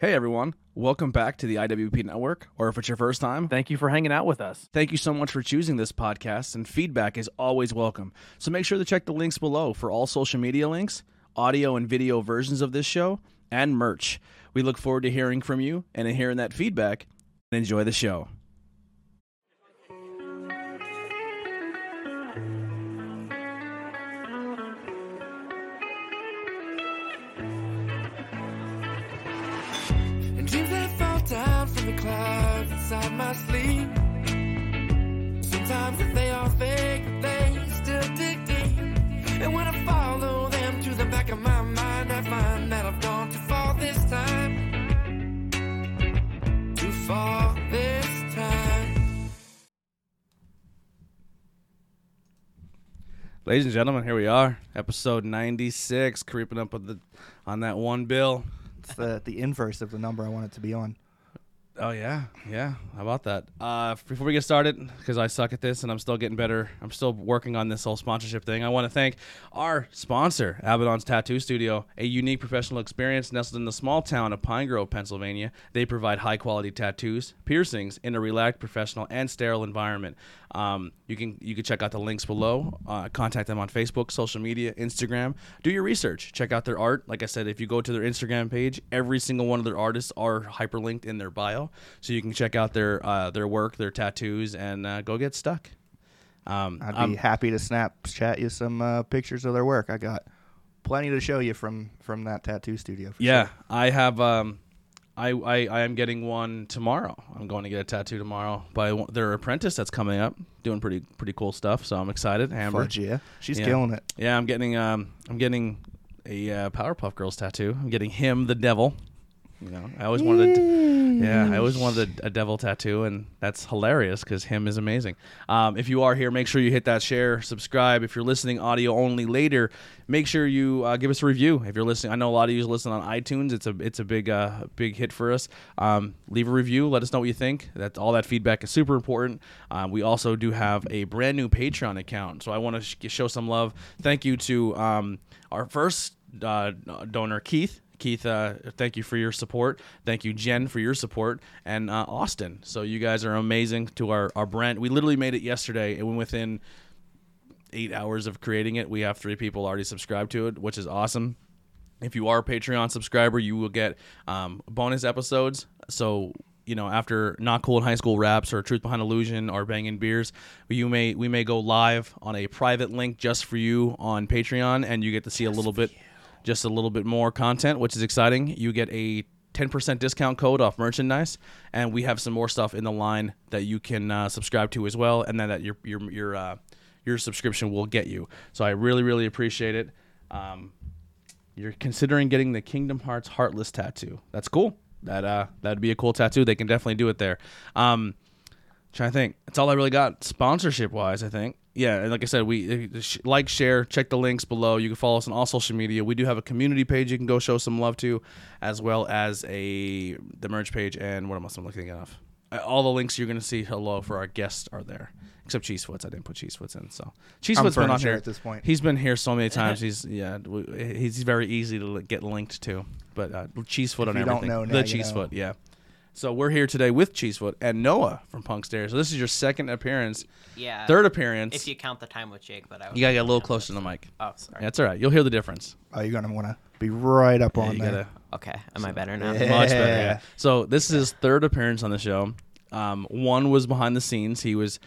Hey everyone, welcome back to the IWP Network, or if it's your first time, Thank you for hanging out with us. thank you so much for choosing this podcast, and feedback is always welcome. So make sure to check the links below for all social media links, audio and video versions of this show, and merch. We look forward to hearing from you and hearing that feedback, and enjoy the show. And if they fall down from the clouds inside my sleep, sometimes if they are fake, they still dig deep. And when I follow them to the back of my mind, I find that I've gone too far this time. Too far this time. Ladies and gentlemen, here we are, episode 96, creeping up on, the, on that one bill. It's the, the inverse of the number I want it to be on. Oh yeah, yeah. How about that? Uh, f- before we get started, because I suck at this and I'm still getting better. I'm still working on this whole sponsorship thing. I want to thank our sponsor, Abaddon's Tattoo Studio, a unique professional experience nestled in the small town of Pine Grove, Pennsylvania. They provide high quality tattoos, piercings in a relaxed, professional, and sterile environment. Um, you can you can check out the links below. Uh, contact them on Facebook, social media, Instagram. Do your research. Check out their art. Like I said, if you go to their Instagram page, every single one of their artists are hyperlinked in their bio, so you can check out their uh, their work, their tattoos, and uh, go get stuck. Um, I'd be I'm- happy to Snapchat you some uh, pictures of their work. I got plenty to show you from from that tattoo studio. For yeah, sure. I have. Um, I, I I am getting one tomorrow. I'm going to get a tattoo tomorrow by one- their apprentice that's coming up, doing pretty pretty cool stuff. So I'm excited. Amber, Fudge, yeah. She's Yeah. killing it. Yeah, I'm getting um, I'm getting a uh, Powerpuff Girls tattoo. I'm getting him, the devil. You know, I always wanted, a, yeah, I always wanted a, a devil tattoo, and that's hilarious because him is amazing. Um, if you are here, make sure you hit that share, subscribe. If you're listening audio only later, make sure you uh, give us a review. If you're listening, I know a lot of you listen on iTunes. It's a it's a big uh, big hit for us. Um, leave a review. Let us know what you think. That's all that feedback is super important. Um, we also do have a brand new Patreon account, so I want to sh- show some love. Thank you to um, our first uh, donor, Keith. Keith, uh, thank you for your support. Thank you, Jen, for your support, and uh, Austin. So you guys are amazing to our our brand. We literally made it yesterday, and within eight hours of creating it, we have three people already subscribed to it, which is awesome. If you are a Patreon subscriber, you will get um, bonus episodes. So you know, after not cool in high school raps or truth behind illusion or banging beers, you may we may go live on a private link just for you on Patreon, and you get to see a little bit, just a little bit more content, which is exciting. You get a 10% discount code off merchandise and we have some more stuff in the line that you can uh, subscribe to as well and then that your your your uh, your subscription will get you so i really really appreciate it um, you're considering getting the Kingdom Hearts Heartless tattoo. That's cool. That uh, that'd be a cool tattoo. They can definitely do it there. Um, trying to think. That's all I really got sponsorship wise. I think. Yeah, and like I said, we uh, sh- like, share, check the links below. You can follow us on all social media. We do have a community page you can go show some love to, as well as a the merch page and what am I I'm looking of? Uh, All the links you're gonna see hello for our guests are there, except Cheesefoots. I didn't put Cheesefoots in, so Cheesefoots been on furniture here at this point. He's been here so many times. He's yeah, w- he's very easy to li- get linked to. But uh, Cheesefoot on you don't everything. know now, the you know. Cheesefoot, yeah. So we're here today with Cheesefoot and Noah from Punkstairs. So this is your second appearance, Yeah. third appearance. If you count the time with Jake, but I was You gotta get a little closer to the mic. Oh, sorry. That's all right. You'll hear the difference. Oh, you're gonna want to be right up on You that. gotta Okay. Am I better now? Yeah. much better. Yeah. So this is his third appearance on the show. Um, one was behind the scenes. He was.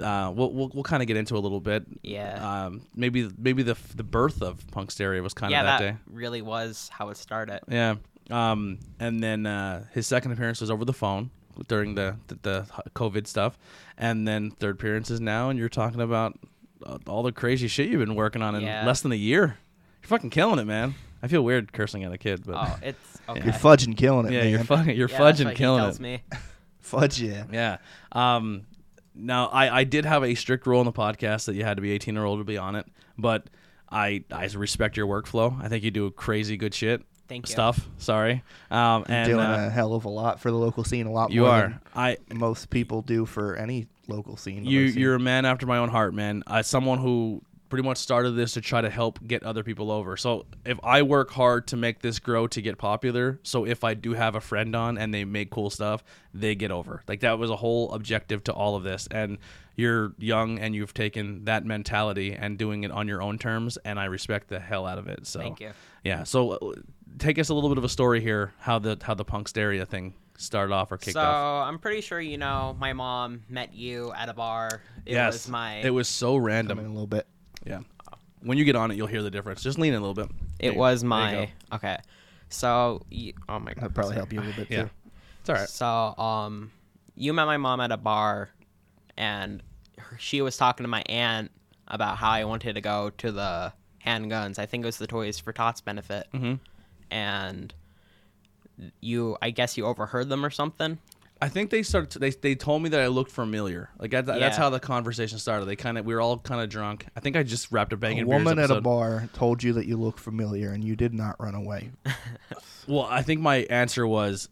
Uh, we'll we'll, we'll kind of get into a little bit. Yeah. Um, maybe maybe the the birth of Punksteria was kind of Yeah, that, that day. really was how it started. Yeah. Um, and then uh, his second appearance was over the phone during the, the the COVID stuff, and then third appearance is now, and you're talking about uh, all the crazy shit you've been working on in Yeah. less than a year. You're fucking killing it, man. I feel weird cursing at a kid, but Oh, it's okay. You're fudging, killing it. yeah, man. you're fucking, you're Yeah, that's fudging, what he killing tells it. me. fudge. Yeah. Yeah. Um, now I, I did have a strict rule on the podcast that you had to be 18 or older to be on it, but I I respect your workflow. I think you do crazy good shit. Thank you. Stuff. Sorry. Um, and Doing uh, a hell of a lot for the local scene. A lot You more are. I than most people do for any local scene. you I've seen. you're a man after my own heart, man. Uh, someone who pretty much started this to try to help get other people over. So if I work hard to make this grow to get popular, so if I do have a friend on and they make cool stuff, they get over. Like that was a whole objective to all of this. And you're young and you've taken that mentality and doing it on your own terms and I respect the hell out of it. So Thank you. Yeah. So uh, take us a little bit of a story here how the how the Punksteria thing started off or kicked so off. I'm pretty sure you know my mom met you at a bar. It yes. was my It was so Come in random. a little bit. Yeah. When you get on it, you'll hear the difference. Just lean in a little bit. it There- was there you go. my okay. So you, oh my god, That'd probably sorry. help you a little bit Yeah. too. It's all right. So um, you met my mom at a bar, and her- she was talking to my aunt about how I wanted to go to the handguns. I think it was the Toys for Tots benefit, mm-hmm. and you, I guess you overheard them or something. I think they started. They, they told me that I looked familiar. Like that, that's Yeah. how the conversation started. They kind of we were all kind of drunk. I think I just wrapped a bang. A and woman Beers at a episode. bar told you that you look familiar, and you did not run away. Well, I think my answer was,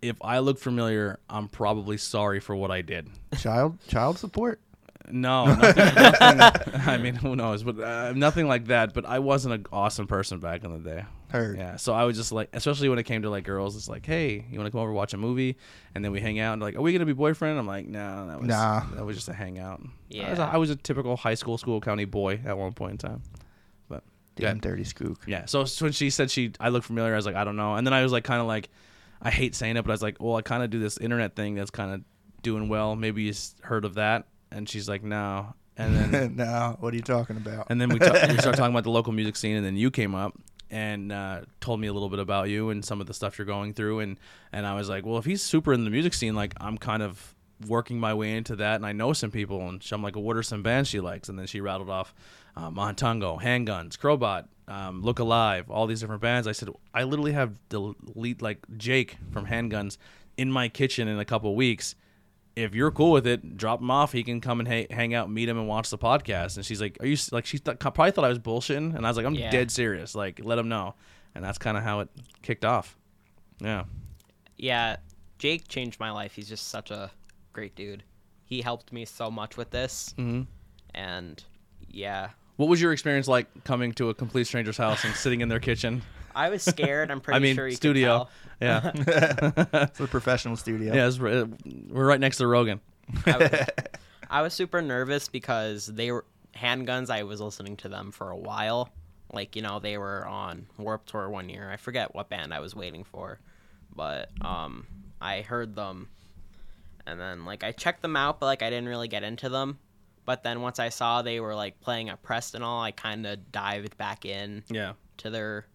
if I look familiar, I'm probably sorry for what I did. Child, child support. No, nothing, nothing- I mean who knows, but uh, nothing like that. But I wasn't an awesome person back in the day. Heard. Yeah, so I was just like, especially when it came to like girls, it's like, hey, you want to come over and watch a movie, and then we hang out and like, are we gonna be boyfriend? I'm like, no, that was Nah. that was just a hangout. I was a, Yeah. I was a typical high school school county boy at one point in time, but Damn yeah. dirty skook. Yeah. So, so when she said she, I look familiar. I was like, I don't know. And then I was like, kind of like, I hate saying it, but I was like, well, I kind of do this internet thing that's kind of doing well. Maybe you s- heard of that. And she's like, no. And then, no, what are you talking about? and then we, ta- we started talking about the local music scene. And then you came up and uh, told me a little bit about you and some of the stuff you're going through. And and I was like, well, if he's super in the music scene, like I'm kind of working my way into that and I know some people and so I'm like what are some bands she likes and then she rattled off uh, Montango Handguns Crowbot um, Look Alive all these different bands I said I literally have delete like Jake from Handguns in my kitchen in a couple weeks if you're cool with it drop him off he can come and ha- hang out meet him and watch the podcast and she's like are you s-" like she th- probably thought I was bullshitting and I was like I'm Yeah. dead serious like let him know and that's kind of how it kicked off yeah Yeah, Jake changed my life. He's just such a great dude. He helped me so much with this, mm-hmm. and yeah, What was your experience like coming to a complete stranger's house and sitting in their kitchen? I was scared. I'm pretty I mean, sure you studio. Yeah, It's a professional studio. yeah. It's, uh, we're right next to Rogan. I was, I was super nervous because they were handguns. I was listening to them for a while. Like you know, they were on Warp Tour one year. I forget what band I was waiting for, but um, I heard them, and then like I checked them out, but like I didn't really get into them. But then once I saw they were like playing at Preston all, I kind of dived back in Yeah. to their.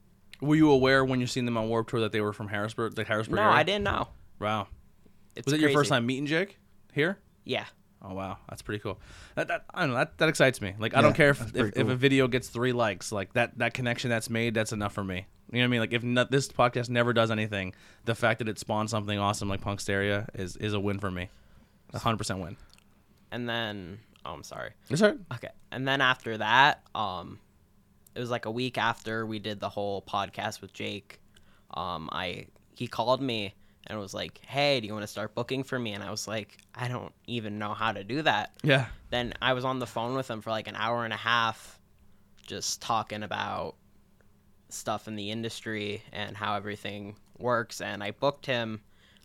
Were you aware when you seen them on Warped Tour that they were from Harrisburg, the Harrisburg No, area? I didn't know. Wow. It's Was it your first crazy. time meeting Jake here? Yeah. Oh wow, that's pretty cool. That, that I don't know. That, that excites me. Like I don't Yeah, care if that's if, pretty if cool. a video gets three likes. Like that that connection that's made, that's enough for me. You know what I mean? Like if not, this podcast never does anything, the fact that it spawned something awesome like Punksteria is is a win for me. A hundred percent win. And then, oh, I'm sorry. Is that? Okay. And then after that, um it was like a week after we did the whole podcast with Jake. Um I he called me and was like, "Hey, do you want to start booking for me?" And I was like, "I don't even know how to do that." Yeah. Then I was on the phone with him for like an hour and a half just talking about stuff in the industry and how everything works and I booked him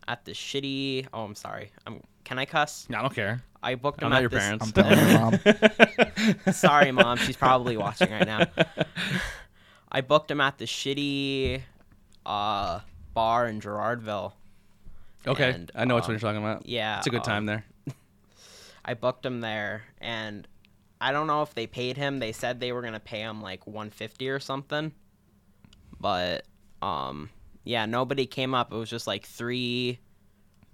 at the shitty Oh, I'm sorry. I'm can I cuss? I don't care. I booked him I'm not at your parents. this- I'm telling your mom. Sorry, mom. She's probably watching right now. I booked him at the shitty uh, bar in Gerardville. Okay, And, I know which um, one you're talking about. yeah, it's a good time um, there. I booked him there, and I don't know if they paid him. They said they were gonna pay him like 150 or something, but um, yeah, nobody came up. It was just like three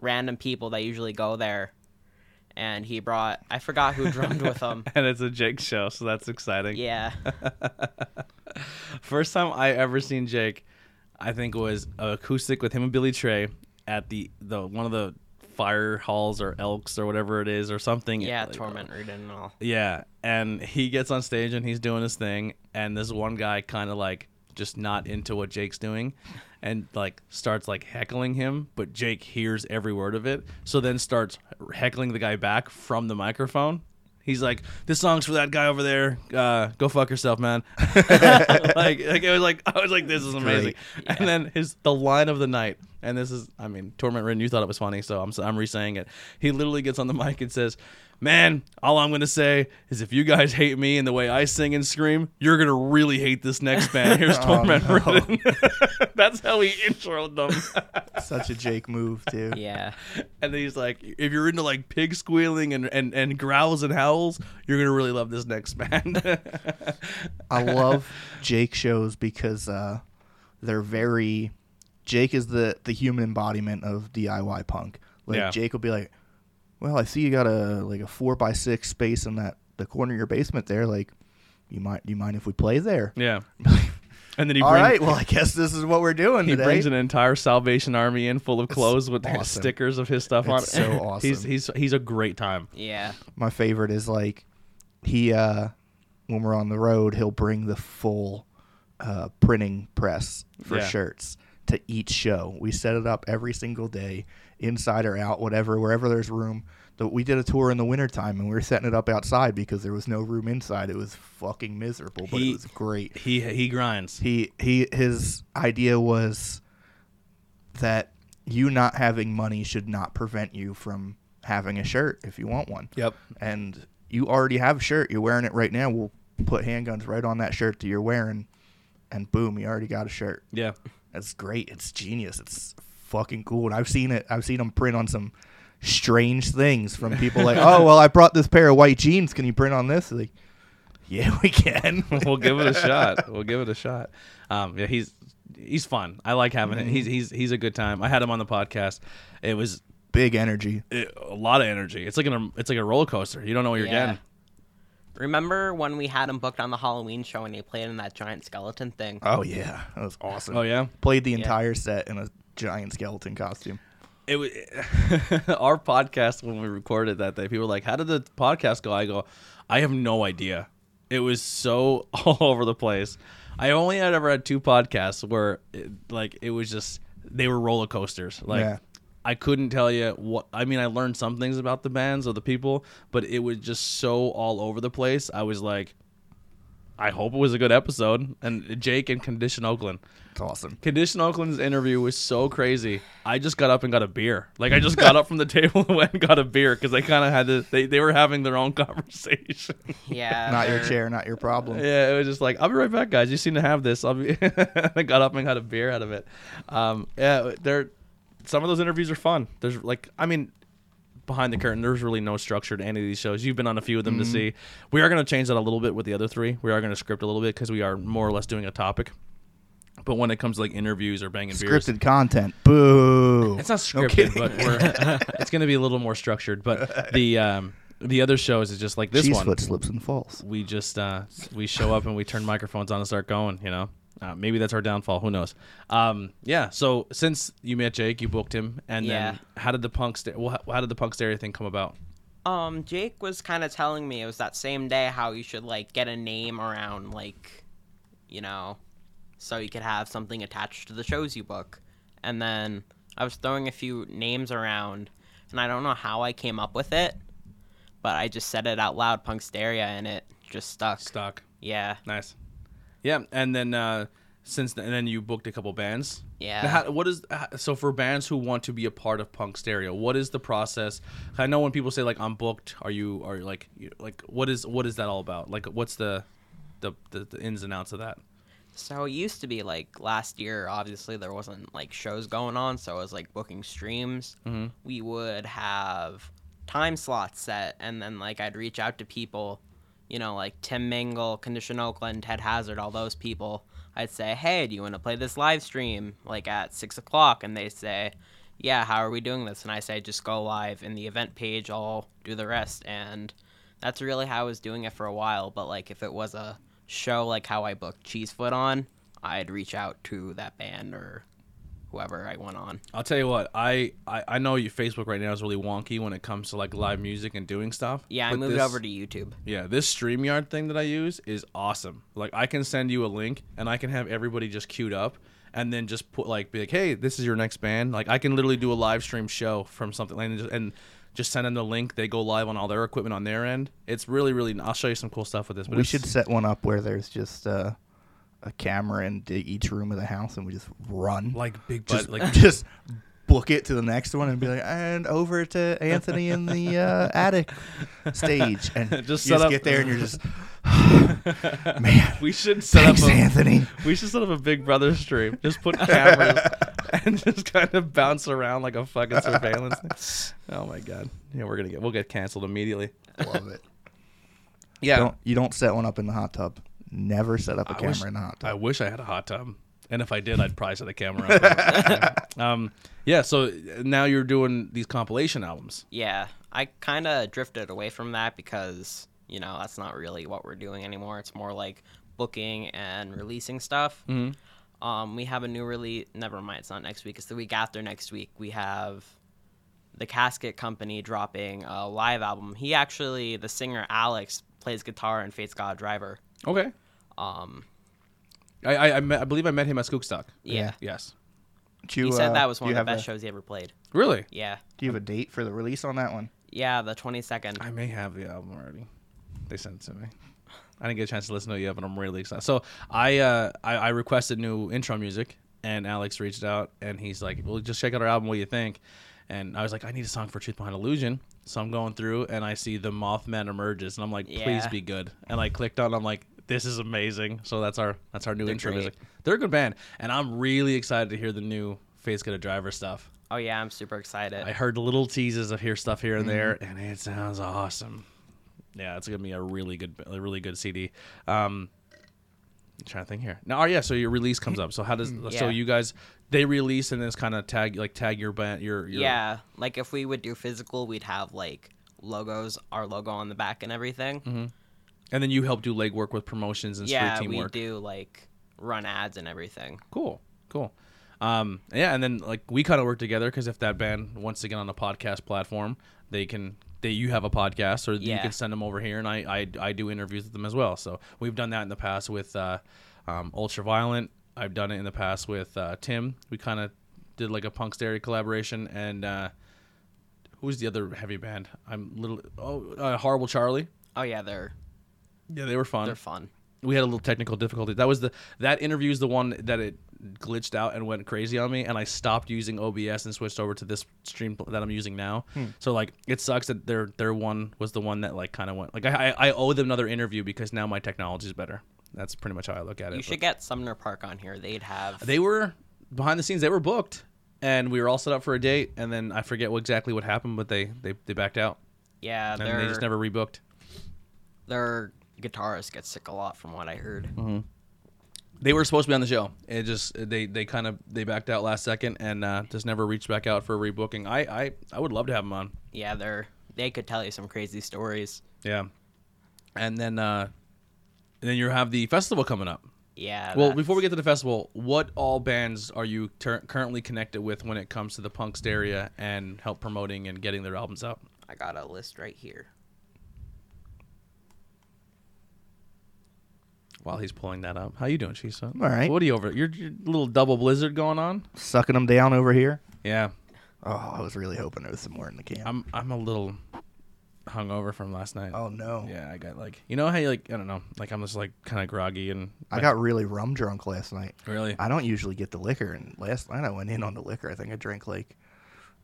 random people that usually go there, and he brought. I forgot who drummed with um, him. And it's a Jake show, so that's exciting. Yeah, First time I ever seen Jake, I think was acoustic with him and Billy Trey at the the one of the fire halls or elks or whatever it is or something. yeah, Like, uh, torment reading and all. Yeah, and he gets on stage and he's doing his thing, and this one guy kind of like just not into what Jake's doing, and like starts like heckling him, but Jake hears every word of it, so then starts heckling the guy back from the microphone. He's like, this song's for that guy over there. Uh, go fuck yourself, man. like, like it was like I was like, this is amazing. And then his the line of the night, and this is, I mean, Torment Ridden. You thought it was funny, so I'm s- I'm re-saying it. He literally gets on the mic and says, "Man, all I'm gonna say is if you guys hate me and the way I sing and scream, you're gonna really hate this next band. Here's Oh, Torment Ridden." That's how he introed them. Such a Jake move, too. Yeah. And then he's like, if you're into like pig squealing and, and, and growls and howls, you're gonna really love this next band. I love Jake shows because uh, they're very. Jake is the the human embodiment of DIY punk. Like Yeah. Jake will be like, "Well, I see you got a like a four by six space in that the corner of your basement there. Like, you might do you mind if we play there? yeah. And then he All brings right. Well, I guess this is what we're doing he today. brings an entire Salvation Army in full of clothes with awesome. stickers of his stuff It's on. it. so he's awesome. he's he's a great time. Yeah. my favorite is like he uh when we're on the road he'll bring the full uh printing press for Yeah. shirts to each show we set it up every single day inside or out whatever wherever there's room the, we did a tour in the wintertime and we were setting it up outside because there was no room inside it was fucking miserable but He- it was great He he grinds. he he his idea was that you not having money should not prevent you from having a shirt if you want one. Yep. And you already have a shirt. You're wearing it right now. We'll put handguns right on that shirt that you're wearing, and boom, you already got a shirt. yeah. That's great. It's genius. It's fucking cool. And I've seen it. I've seen them print on some strange things from people like, oh well, I brought this pair of white jeans. Can you print on this? Like, yeah, we can. we'll give it a shot. We'll give it a shot. Um, yeah, he's he's fun. I like having him. Mm-hmm. He's he's he's a good time. I had him on the podcast. It was Big energy. uh, a lot of energy. It's like an it's like a roller coaster. You don't know what you're Yeah. getting. Remember when we had him booked on the Halloween show and he played in that giant skeleton thing? Oh yeah, that was awesome. Oh yeah. played the entire set in a giant skeleton costume. it was our podcast when we recorded that day. People were like, "How did the podcast go?" I go, "I have no idea. It was so all over the place. I only had ever had two podcasts where, it, like, it was just they were roller coasters. Like, Yeah. I couldn't tell you what. I mean, I learned some things about the bands or the people, but it was just so all over the place. I was like, I hope it was a good episode. And Jake and Condition Oakland. It's awesome. Condition Oakland's interview was so crazy. I just got up and got a beer. Like I just got up from the table and went and got a beer because they kind of had to. They, they were having their own conversation. Yeah. Not your they're- chair, not your problem. yeah, it was just like I'll be right back, guys. You seem to have this. I'll be. I got up and got a beer out of it. Um, yeah, they're. Some of those interviews are fun. There's like, I mean, behind the curtain, there's really no structure to any of these shows. You've been on a few of them to see. We are going to change that a little bit with the other three. We are going to script a little bit because we are more or less doing a topic. But when it comes to like interviews or banging beers, Scripted content. Boo. It's not No scripted, kidding. but we're, it's going to be a little more structured. But the um, the other shows is just like this Cheese one. foot slips and falls. We just uh, we show up and we turn microphones on and start going. You know, uh, maybe that's our downfall. Who knows? Um, yeah. So since you met Jake, you booked him, and Yeah. then how did the punk sta- well, how- how did the punk stereo thing come about? Um, Jake was kind of telling me it was that same day how you should like get a name around like, you know, so you could have something attached to the shows you book. And then I was throwing a few names around, and I don't know how I came up with it, but I just said it out loud, Punksteria, and it just stuck. Stock. Yeah. Nice. Yeah, and then uh, since then, and then you booked a couple bands. Yeah. Now, How, what is how- so for bands who want to be a part of Punk Stereo? What is the process? I know when people say like I'm booked, are you are you like you, like what is what is that all about? Like what's the the, the, the ins and outs of that? So it used to be like last year, obviously there wasn't like shows going on, so it was like booking streams. We would have time slots set, and then like I'd reach out to people, you know, like Tim Mingle, Condition Oakland, Ted Hazard, all those people. I'd say, hey, do you want to play this live stream like at six o'clock? And they say, yeah, how are we doing this? And I say, just go live in the event page. I'll do the rest, and that's really how I was doing it for a while. But like, if it was a show like how I booked Cheesefoot on, I'd reach out to that band or whoever I went on. I'll tell you what I, I I know your Facebook right now is really wonky when it comes to like live music and doing stuff. Yeah, I but moved this- over to YouTube. Yeah, this StreamYard thing that I use is awesome. Like I can send you a link and I can have everybody just queued up and then just put like be like, "Hey, this is your next band." Like I can literally do a live stream show from something like and, just, and Just send them the link. They go live on all their equipment on their end. It's really, really. I'll show you some cool stuff with this. But we it's- should set one up where there's just uh, a camera in the- each room of the house, and we just run like big butt, just like just book it to the next one and be like, and over to Anthony in the uh, attic stage, and Just you set up- get there and you're just man. we should set Thanks, up. A, Anthony. we should set up a big brother stream. Just put cameras and just kind of bounce around like a fucking surveillance. thing. Oh my god. Yeah, we're gonna get we'll get canceled immediately. Love it. Yeah. Don't you don't set one up in the hot tub. Never set up a camera wish- in the hot tub. I wish I had a hot tub. And if I did, I'd probably set the camera up. um, yeah, so now you're doing these compilation albums. Yeah, I kind of drifted away from that because, you know, that's not really what we're doing anymore. It's more like booking and releasing stuff. Mm-hmm. Um, we have a new release. Never mind, it's not next week. It's the week after next week. We have the Casket Company dropping a live album. He actually, the singer Alex, plays guitar in Fate's God Driver. Okay. Um, I I, I, met, I believe I met him at Skookstock. Yeah. Yes. Do you, He said uh, that was do one you of the have best a- shows he ever played. Really? Yeah. Do you have a date for the release on that one? Yeah, the 22nd. I may have the album already. They sent it to me. I didn't get a chance to listen to it yet, but I'm really excited. So I uh, I, I requested new intro music, and Alex reached out, and he's like, "Well, just check out our album. What do you think?" And I was like, "I need a song for Truth Behind Illusion." So I'm going through, and I see the Mothman emerges, and I'm like, "Please Yeah. be good." And I clicked on. I'm like, "This is amazing." So that's our that's our new intro great. music. They're a good band, and I'm really excited to hear the new Face Got a Driver stuff. Oh, yeah, I'm super excited. I heard little teases of here stuff here and there, Mm-hmm. and it sounds awesome. Yeah, it's gonna be a really good, a really good CD. Um, I'm trying to think here. Now, oh yeah, so your release comes up. So how does so Mm-hmm. Yeah. you guys they release and then it's kind of tag like tag your band your, your Yeah, like if we would do physical, we'd have like logos, our logo on the back and everything. Mm-hmm. and then you help do legwork with promotions and Yeah, street team we work. do like run ads and everything. Cool, cool. Um, yeah, and then like we kind of work together because if that band wants to get on a podcast platform, they can. They you have a podcast, or you Yeah. can send them over here, and I, I I do interviews with them as well. So we've done that in the past with uh, um, Ultraviolent. I've done it in the past with uh, Tim. We kind of did like a Punk's Dairy collaboration, and uh, who was the other heavy band? I'm little oh uh, Horrible Charlie. Oh yeah, they're Yeah, they were fun they're fun. we had a little technical difficulty. That was the that interview is the one that it glitched out and went crazy on me, and I stopped using OBS and switched over to this stream pl- that I'm using now. So like, it sucks that their their one was the one that like kind of went like I I I owe them another interview because now my technology is better. That's pretty much how I look at it. You but- should get Sumner Park on here. They'd have they were behind the scenes. They were booked, and we were all set up for a date, and then I forget what exactly what happened, but they they they backed out yeah, and they their just never rebooked. their guitarist gets sick a lot from what I heard. Mm-hmm. they were supposed to be on the show. It just they they kind of they backed out last second and uh, just never reached back out for a rebooking. I I, I would love to have them on. Yeah, they're they could tell you some crazy stories. Yeah, and then uh, and then you have the festival coming up. Yeah. Well, before we get to the festival, what all bands are you tur currently connected with when it comes to the punks area and help promoting and getting their albums out? I got a list right here. While he's pulling that up, how you doing, Chisa? all right. What are you over? Your, your little double blizzard going on? Sucking them down over here. Yeah, Oh, I was really hoping there was some more in the can. I'm I'm a little hungover from last night. oh no. Yeah, I got like you know how you like I don't know like I'm just like kind of groggy and I got really rum drunk last night. really I don't usually get the liquor, and last night I went in on the liquor. I think I drank like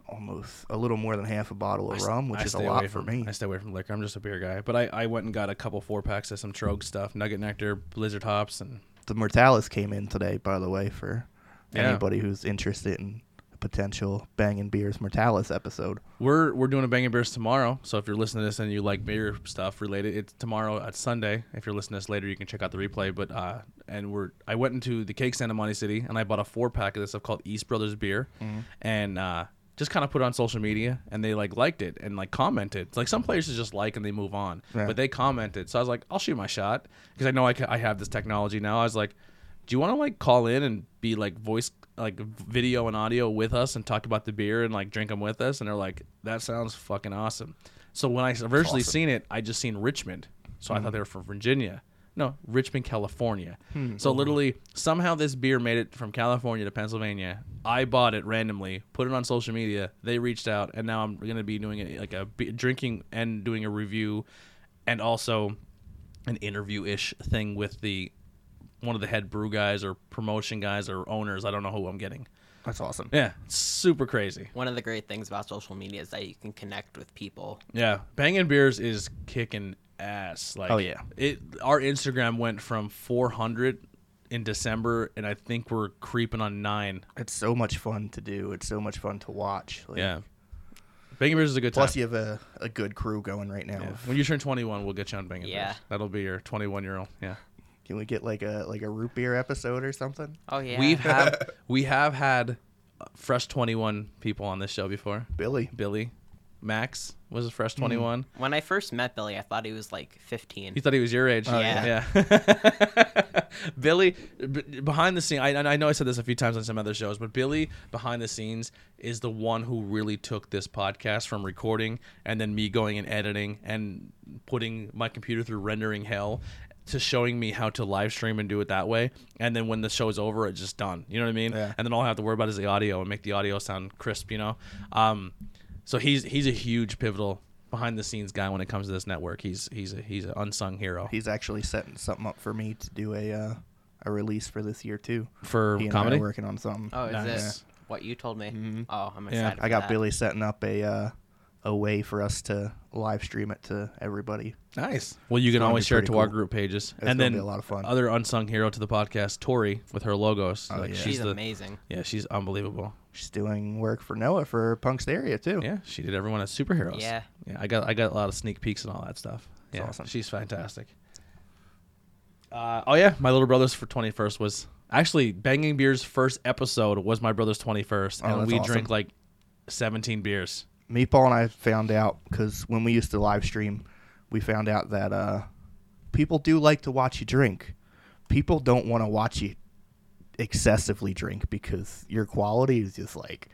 almost a little more than half a bottle of rum, which I is a stay lot away for from, me. I stay away from liquor. I'm just a beer guy. But I, I went and got a couple four packs of some Trogue stuff, Nugget Nectar, Blizzard hops, and The Mortalis came in today, by the way, for Yeah. anybody who's interested in a potential Bangin' Beers Mortalis episode. we're we're doing a banging beers tomorrow. So if you're listening to this and you like beer stuff related, it's tomorrow at Sunday. If you're listening to this later, you can check out the replay. But uh, and we're I went into the cake stand in Monte City and I bought a four pack of this stuff called East Brothers beer, and uh, just kind of put it on social media and they like liked it and like commented. It's like some players just like and they move on, Yeah. but they commented. So I was like, I'll shoot my shot because I know I, ca- I have this technology now. I was like. Do you want to like call in and be like voice, like video and audio with us and talk about the beer and like drink them with us? And they're like, that sounds fucking awesome. So when I originally seen it, I just seen Richmond, so I thought they were from Virginia. No, Richmond, California. So literally, somehow this beer made it from California to Pennsylvania. I bought it randomly, put it on social media. They reached out, and now I'm gonna be doing it like a be- drinking and doing a review, and also an interview ish thing with the one of the head brew guys or promotion guys or owners. I don't know who I'm getting. That's awesome. Yeah, it's super crazy. One of the great things about social media is that you can connect with people. Yeah, Bangin' Beers is kicking ass. Like, Oh, yeah. it. Our Instagram went from 400 in December, and I think we're creeping on nine. It's so much fun to do. It's so much fun to watch. Like, Yeah, Bangin' Beers is a good Plus, time. you have a, a good crew going right now. Yeah. When you turn 21, we'll get you on Bangin' Yeah. Beers. That'll be your 21 year old. Yeah, Can we get like a like a root beer episode or something? Oh yeah, we've have we have had uh, fresh 21 people on this show before. Billy, Billy, Max was a fresh 21. When I first met Billy, I thought he was like 15. You thought he was your age. yeah. Yeah. Billy, b- behind the scene, I, I know I said this a few times on some other shows, but Billy, behind the scenes, is the one who really took this podcast from recording and then me going and editing and putting my computer through rendering hell to showing me how to live stream and do it that way. And then when the show is over, it's just done. You know what I mean? Yeah. And then all I have to worry about is the audio and make the audio sound crisp, you know? Um, so he's he's a huge pivotal behind the scenes guy when it comes to this network. He's he's a, he's an unsung hero he's actually setting something up for me to do a uh, a release for this year too. for He and I are comedy. working on something. oh, is Nice. this what you told me? Oh, I'm excited. Yeah, for Mm-hmm. I got that. Billy setting up a uh, a way for us to live stream it to everybody. Nice. Well, you can gonna always be share it to pretty our cool. group pages, and That's gonna then be a lot of fun. other unsung hero to the podcast, Tori, with her logos. Oh, yeah. She's, the- amazing. Yeah, she's unbelievable. She's doing work for Noah for Punksteria too. Yeah, she did everyone as superheroes. Yeah. yeah. I got I got a lot of sneak peeks and all that stuff. That's yeah, awesome. she's fantastic. Uh, oh yeah, my little brother's for twenty first was actually Banging Beer's first episode was my brother's twenty first, Oh, and that's we awesome. drank like seventeen beers. Meatball and I found out because when we used to live stream, we found out that uh, people do like to watch you drink. People don't want to watch you excessively drink because your quality is just like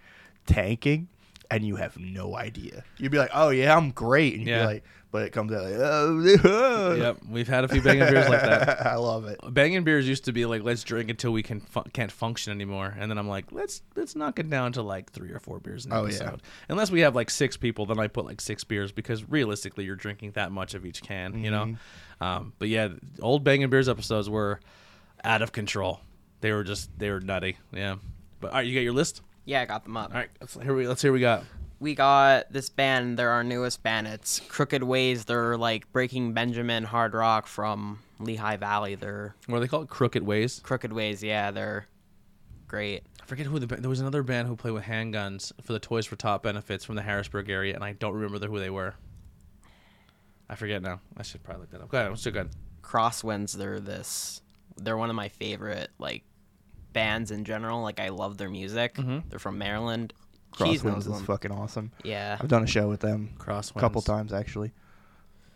tanking, and you have no idea. You'd be like, "Oh yeah, I'm great," and you'd Yeah. be like, but it comes out like, "Oh, Yep, we've had a few Banging Beers like that. I love it." banging beers used to be like let's drink until we can fu- can't function anymore and then i'm like let's let's knock it down to like three or four beers an Oh, yeah. episode unless we have like six people then i put like six beers because realistically you're drinking that much of each can you know Mm-hmm. um, but yeah old banging beers episodes were out of control they were just they were nutty yeah but all right you got your list Yeah, I got them up. all right let's here we let's hear we got We got this band. They're our newest band. It's Crooked Ways. They're like Breaking Benjamin hard rock from Lehigh Valley. They're what are they called crooked ways Crooked Ways. Yeah, they're great. I forget who the ba- there was another band who played with handguns for the Toys for Top benefits from the Harrisburg area, and I don't remember the, who they were. I forget now. I should probably look that up. Go ahead. I'm still good. Crosswinds. They're this. They're one of my favorite like bands in general. Like I love their music. They're from Maryland. Cheese knows Mm-hmm. Crosswinds is them. fucking awesome. Yeah. I've done a show with them Crosswinds. a couple times actually.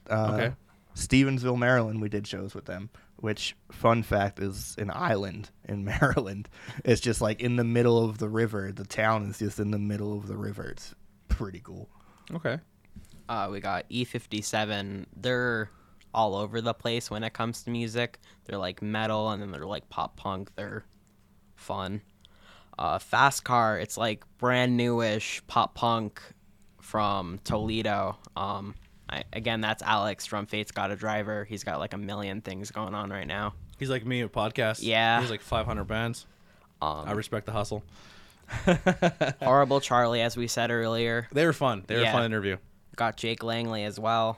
Uh, Okay. Stevensville, Maryland, we did shows with them, which, fun fact, is an island in Maryland. It's just like in the middle of the river. The town is just in the middle of the river. It's pretty cool. Okay. Uh, we got E57. They're all over the place when it comes to music. They're like metal and then they're like pop punk. They're fun. Uh, Fast Car, it's like brand newish pop punk from Toledo. Um, I, again, that's Alex from Fate's Got a Driver. He's got like a million things going on right now. He's like me at podcasts. Yeah. He's like 500 bands. I Um, respect the hustle. Horrible Charlie, as we said earlier. They were fun. They were a Yeah. fun interview. Got Jake Langley as well.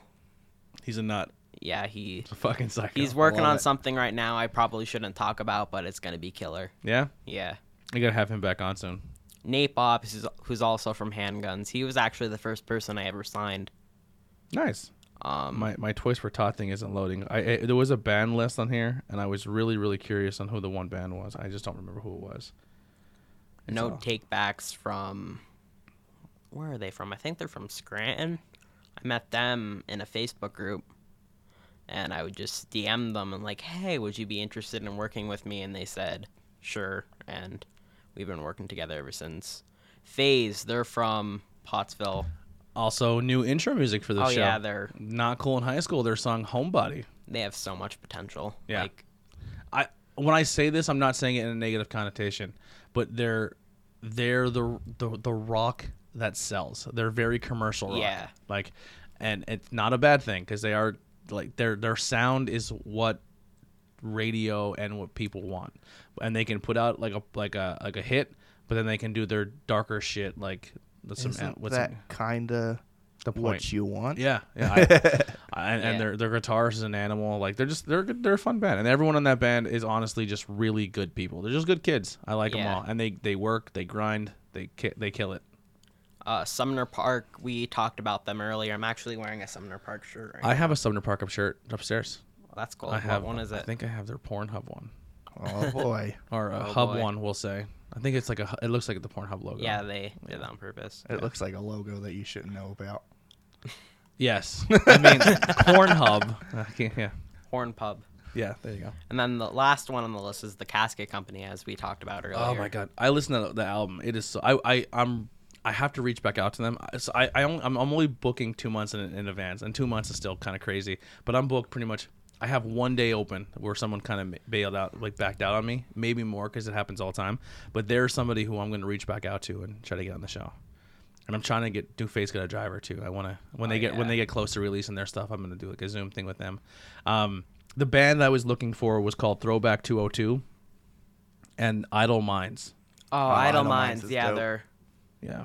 He's a nut. Yeah, he A fucking psycho. he's working love on it. something right now. I probably shouldn't talk about, but it's gonna be killer. Yeah. Yeah. I gotta have him back on soon. Nate Bobs, who's, who's also from Handguns, he was actually the first person I ever signed. Nice. Um, My my Toys for Tot thing isn't loading. I, I there was a band list on here, and I was really really curious on who the one band was. I just don't remember who it was. no all. takebacks from. Where are they from? I think they're from Scranton. I met them in a Facebook group, and I would just DM them and like, "Hey, would you be interested in working with me?" And they said, "Sure," and we've been working together ever since. Phase, they're from Pottsville. Also, new intro music for the Oh show. yeah, they're not cool in high school. Their song "Homebody." they have so much potential. Yeah. Like I when I say this, I'm not saying it in a negative connotation, but they're they're the the, the rock that sells. They're very commercial rock. Yeah. Like, and it's not a bad thing because they are like their their sound is what radio and what people want, and they can put out like a like a like a hit, but then they can do their darker shit like with some Isn't with that some, kind of point. what you want? yeah, yeah, I, I, and, Yeah. and their their guitarist is an animal. Like they're just they're good- they're a fun band, and everyone in that band is honestly just really good people. They're just good kids. I like them Yeah. all, and they they work, they grind, they ki- they kill it. uh, Sumner Park, we talked about them earlier. I'm actually wearing a Sumner Park shirt right I have a Sumner Park up shirt upstairs. now. That's cool. I have what one is it? I think I have their Pornhub one Oh boy, or a Oh, Hub boy. one. We'll say. I think it's like a. hu- It looks like the Pornhub logo. yeah, they did that on purpose. it looks like a logo that you shouldn't know about. Yes. I mean Pornhub. I can't- yeah. Horn Pub. Yeah. There you go. And then the last one on the list is the Casket Company, as we talked about earlier. Oh my god, I listened to the album. It is so I I I'm I have to reach back out to them. I- So I I only, I'm I'm only booking two months in, in advance, and two months is still kind of crazy. But I'm booked pretty much. I have one day open where someone kind of bailed out, like backed out on me. Maybe more because it happens all the time. But there's somebody who I'm going to reach back out to and try to get on the show. And I'm trying to get Duke Face got a driver too. I want to when they get when yeah. they get close to releasing their stuff, I'm going to do like a Zoom thing with them. Um, the band I was looking for was called Throwback 202 and Idle Minds. Oh, Idle Idle Minds Minds. is Yeah, dope. they're Yeah,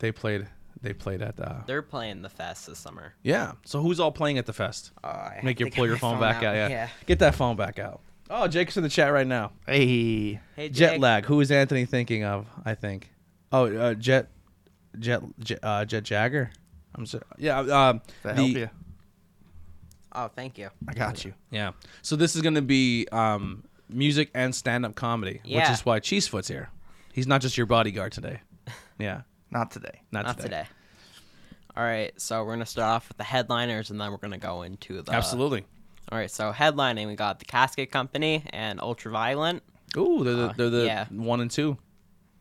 they played. They played at. Uh, they're playing the fest this summer. yeah. So who's all playing at the fest? Oh, I Make you have to pull get your my phone, back out. Yeah. Get that phone back out. Oh, Jake's in the chat right now. Hey, Hey, Jet Jake. lag. Who is Anthony thinking of? I think. Oh, uh, Jet, Jet, Jet, uh, Jet Jagger. I'm sorry. Yeah. Um, that the- help you? Oh, thank you. I got you. Yeah. So this is going to be um, music and stand-up comedy, which Yeah. is why Cheesefoot's here. He's not just your bodyguard today. Yeah. Not today. Not, Not today. All right, so we're gonna start off with the headliners, and then we're gonna go into the Absolutely. All right, so headlining, we got the Casket Company and Ultraviolent. Ooh, they're the, they're the Uh, yeah. one and two.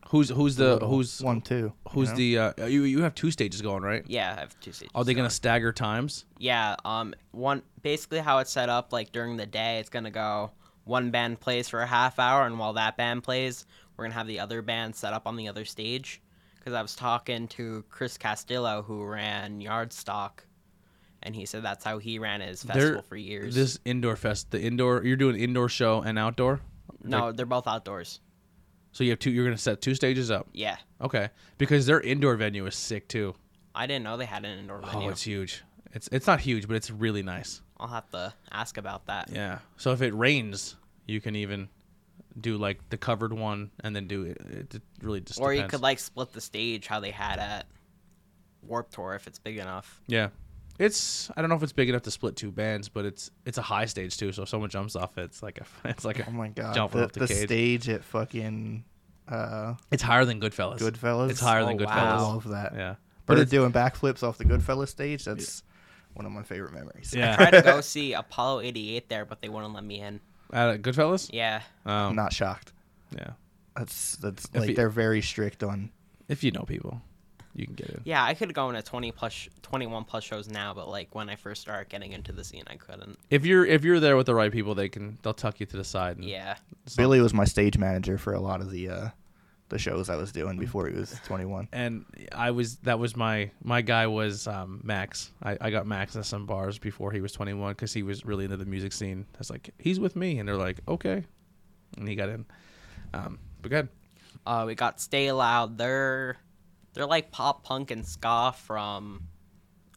Who's who's the Little who's one two? Who's the uh, you? You have two stages going, right? Yeah, I have two stages. Are Oh, they gonna stagger times? Yeah, um, one basically how it's set up. Like during the day, it's gonna go one band plays for a half hour, and while that band plays, we're gonna have the other band set up on the other stage. Because I was talking to Chris Castillo, who ran Yardstock, and he said that's how he ran his They're- festival for years. This indoor fest, the indoor. You're doing indoor show and outdoor. no, they're both outdoors. So you have two. You're gonna set two stages up. Yeah, Okay, because their indoor venue is sick too. I didn't know they had an indoor Oh, venue. it's huge. It's it's not huge, but it's really nice. I'll have to ask about that. Yeah. So if it rains, you can even do like the covered one and then do it. It really just Or you depends. could like split the stage how they had at Warp Tour if it's big enough. Yeah. It's I don't know if it's big enough to split two bands, but it's it's a high stage too. So if someone jumps off it, it's like a it's like a Oh my god! jumping the off the, the cage. stage at fucking uh, it's higher than Goodfellas. Goodfellas. It's higher than Oh, Goodfellas. I wow. love that. Yeah. but But they're it's, doing backflips off the Goodfellas stage. That's one of my favorite memories. yeah. tried to go see Apollo 88 there, but they wouldn't let me in. At Goodfellas. Yeah. I'm Um, not shocked. yeah. That's that's like you- they're very strict on. If you know people, you can get in. Yeah, I could go into 20 plus, sh- 21 plus shows now, but like when I first started getting into the scene, I couldn't. If you're if you're there with the right people, they can they'll tuck you to the side. And, Yeah. Billy was my stage manager for a lot of the uh, the shows I was Mm. doing before he was 21. and I was that was my my guy was um, Max. I, I got Max at some bars before he was 21 because he was really into the music scene. I was like, he's with me, and they're like, okay, and he got in. Um, but good. Uh, we got Stay Loud. They're they're like pop punk and ska from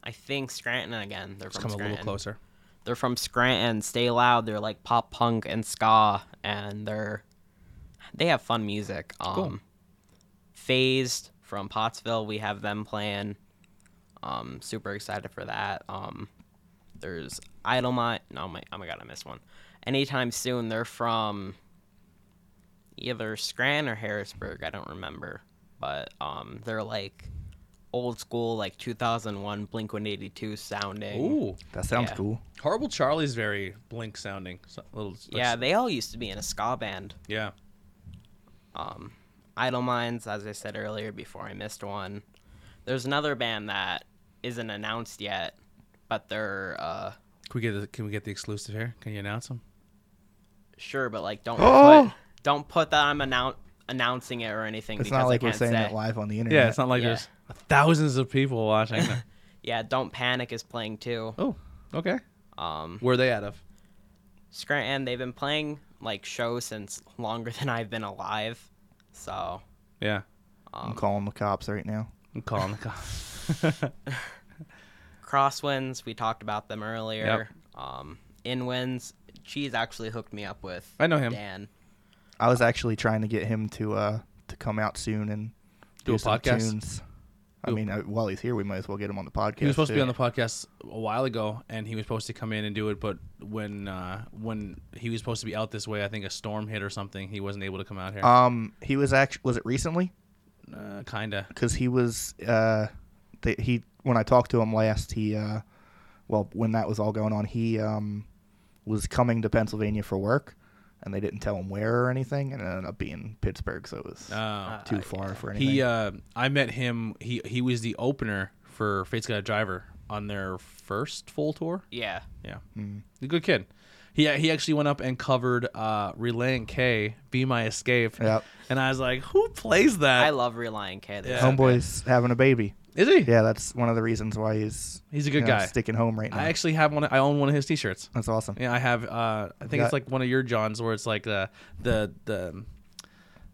I think Scranton again. They're Just come from a Scranton. little closer. They're from Scranton. Stay Loud. They're like pop punk and ska, and they're they have fun music. Um, Cool. Phased from Pottsville, we have them playing. Um, super excited for that. Um, there's Idle Mind. No, my oh my god, I missed one. Anytime soon. They're from either Scranton or Harrisburg. I don't remember, but um, they're like old school, like 2001 Blink 182 sounding. Ooh, That sounds Yeah. cool. horrible Charlie's very blink sounding. So, little like- Yeah, they all used to be in a ska band. yeah. Um, Idle Minds, as I said earlier, before I missed one. There's another band that isn't announced yet, but they're uh, Can we get the, can we get the exclusive here? Can you announce them? Sure, but like don't Oh! put, don't put that I'm annou- announcing it or anything It's because not like I we're can't saying say. that live on the internet. Yeah, it's not like Yeah. there's thousands of people watching. Yeah, don't panic is playing too. oh, okay. Um, Where are they out of? Scranton they've been playing like shows since longer than I've been alive, so Yeah, I'm calling the cops right now. I'm calling the cops. crosswinds we talked about them earlier um inwinds she's actually hooked me up with I know him. dan I was actually trying to get him to uh to come out soon and Do a some podcast? tunes. I Do- mean, uh, while he's here, we might as well get him on the podcast. He was supposed to too. be on the podcast a while ago, and he was supposed to come in and do it. But when uh, when he was supposed to be out this way, I think a storm hit or something. He wasn't able to come out here. Um, he was actually was it recently? uh, kinda. Because he was uh, th- he when I talked to him last, he uh, well, when that was all going on, he um was coming to Pennsylvania for work, and they didn't tell him where or anything, and it ended up being Pittsburgh, so it was Uh, too far for anything. He, uh, I met him. He he was the opener for Fate's Got a Driver on their first full tour. yeah Yeah, Hmm. a good kid. He he actually went up and covered uh, "Relaying K," "Be My Escape," Yep. and I was like, "Who plays that?" i love relying kid Yeah. Homeboy's having a baby. Is he? Yeah, that's one of the reasons why he's He's a good you know, guy. Sticking home right now. I actually have one. I own one of his T-shirts. that's awesome. Yeah, I have. Uh, I think got- it's like one of your Johns where it's like the the the um,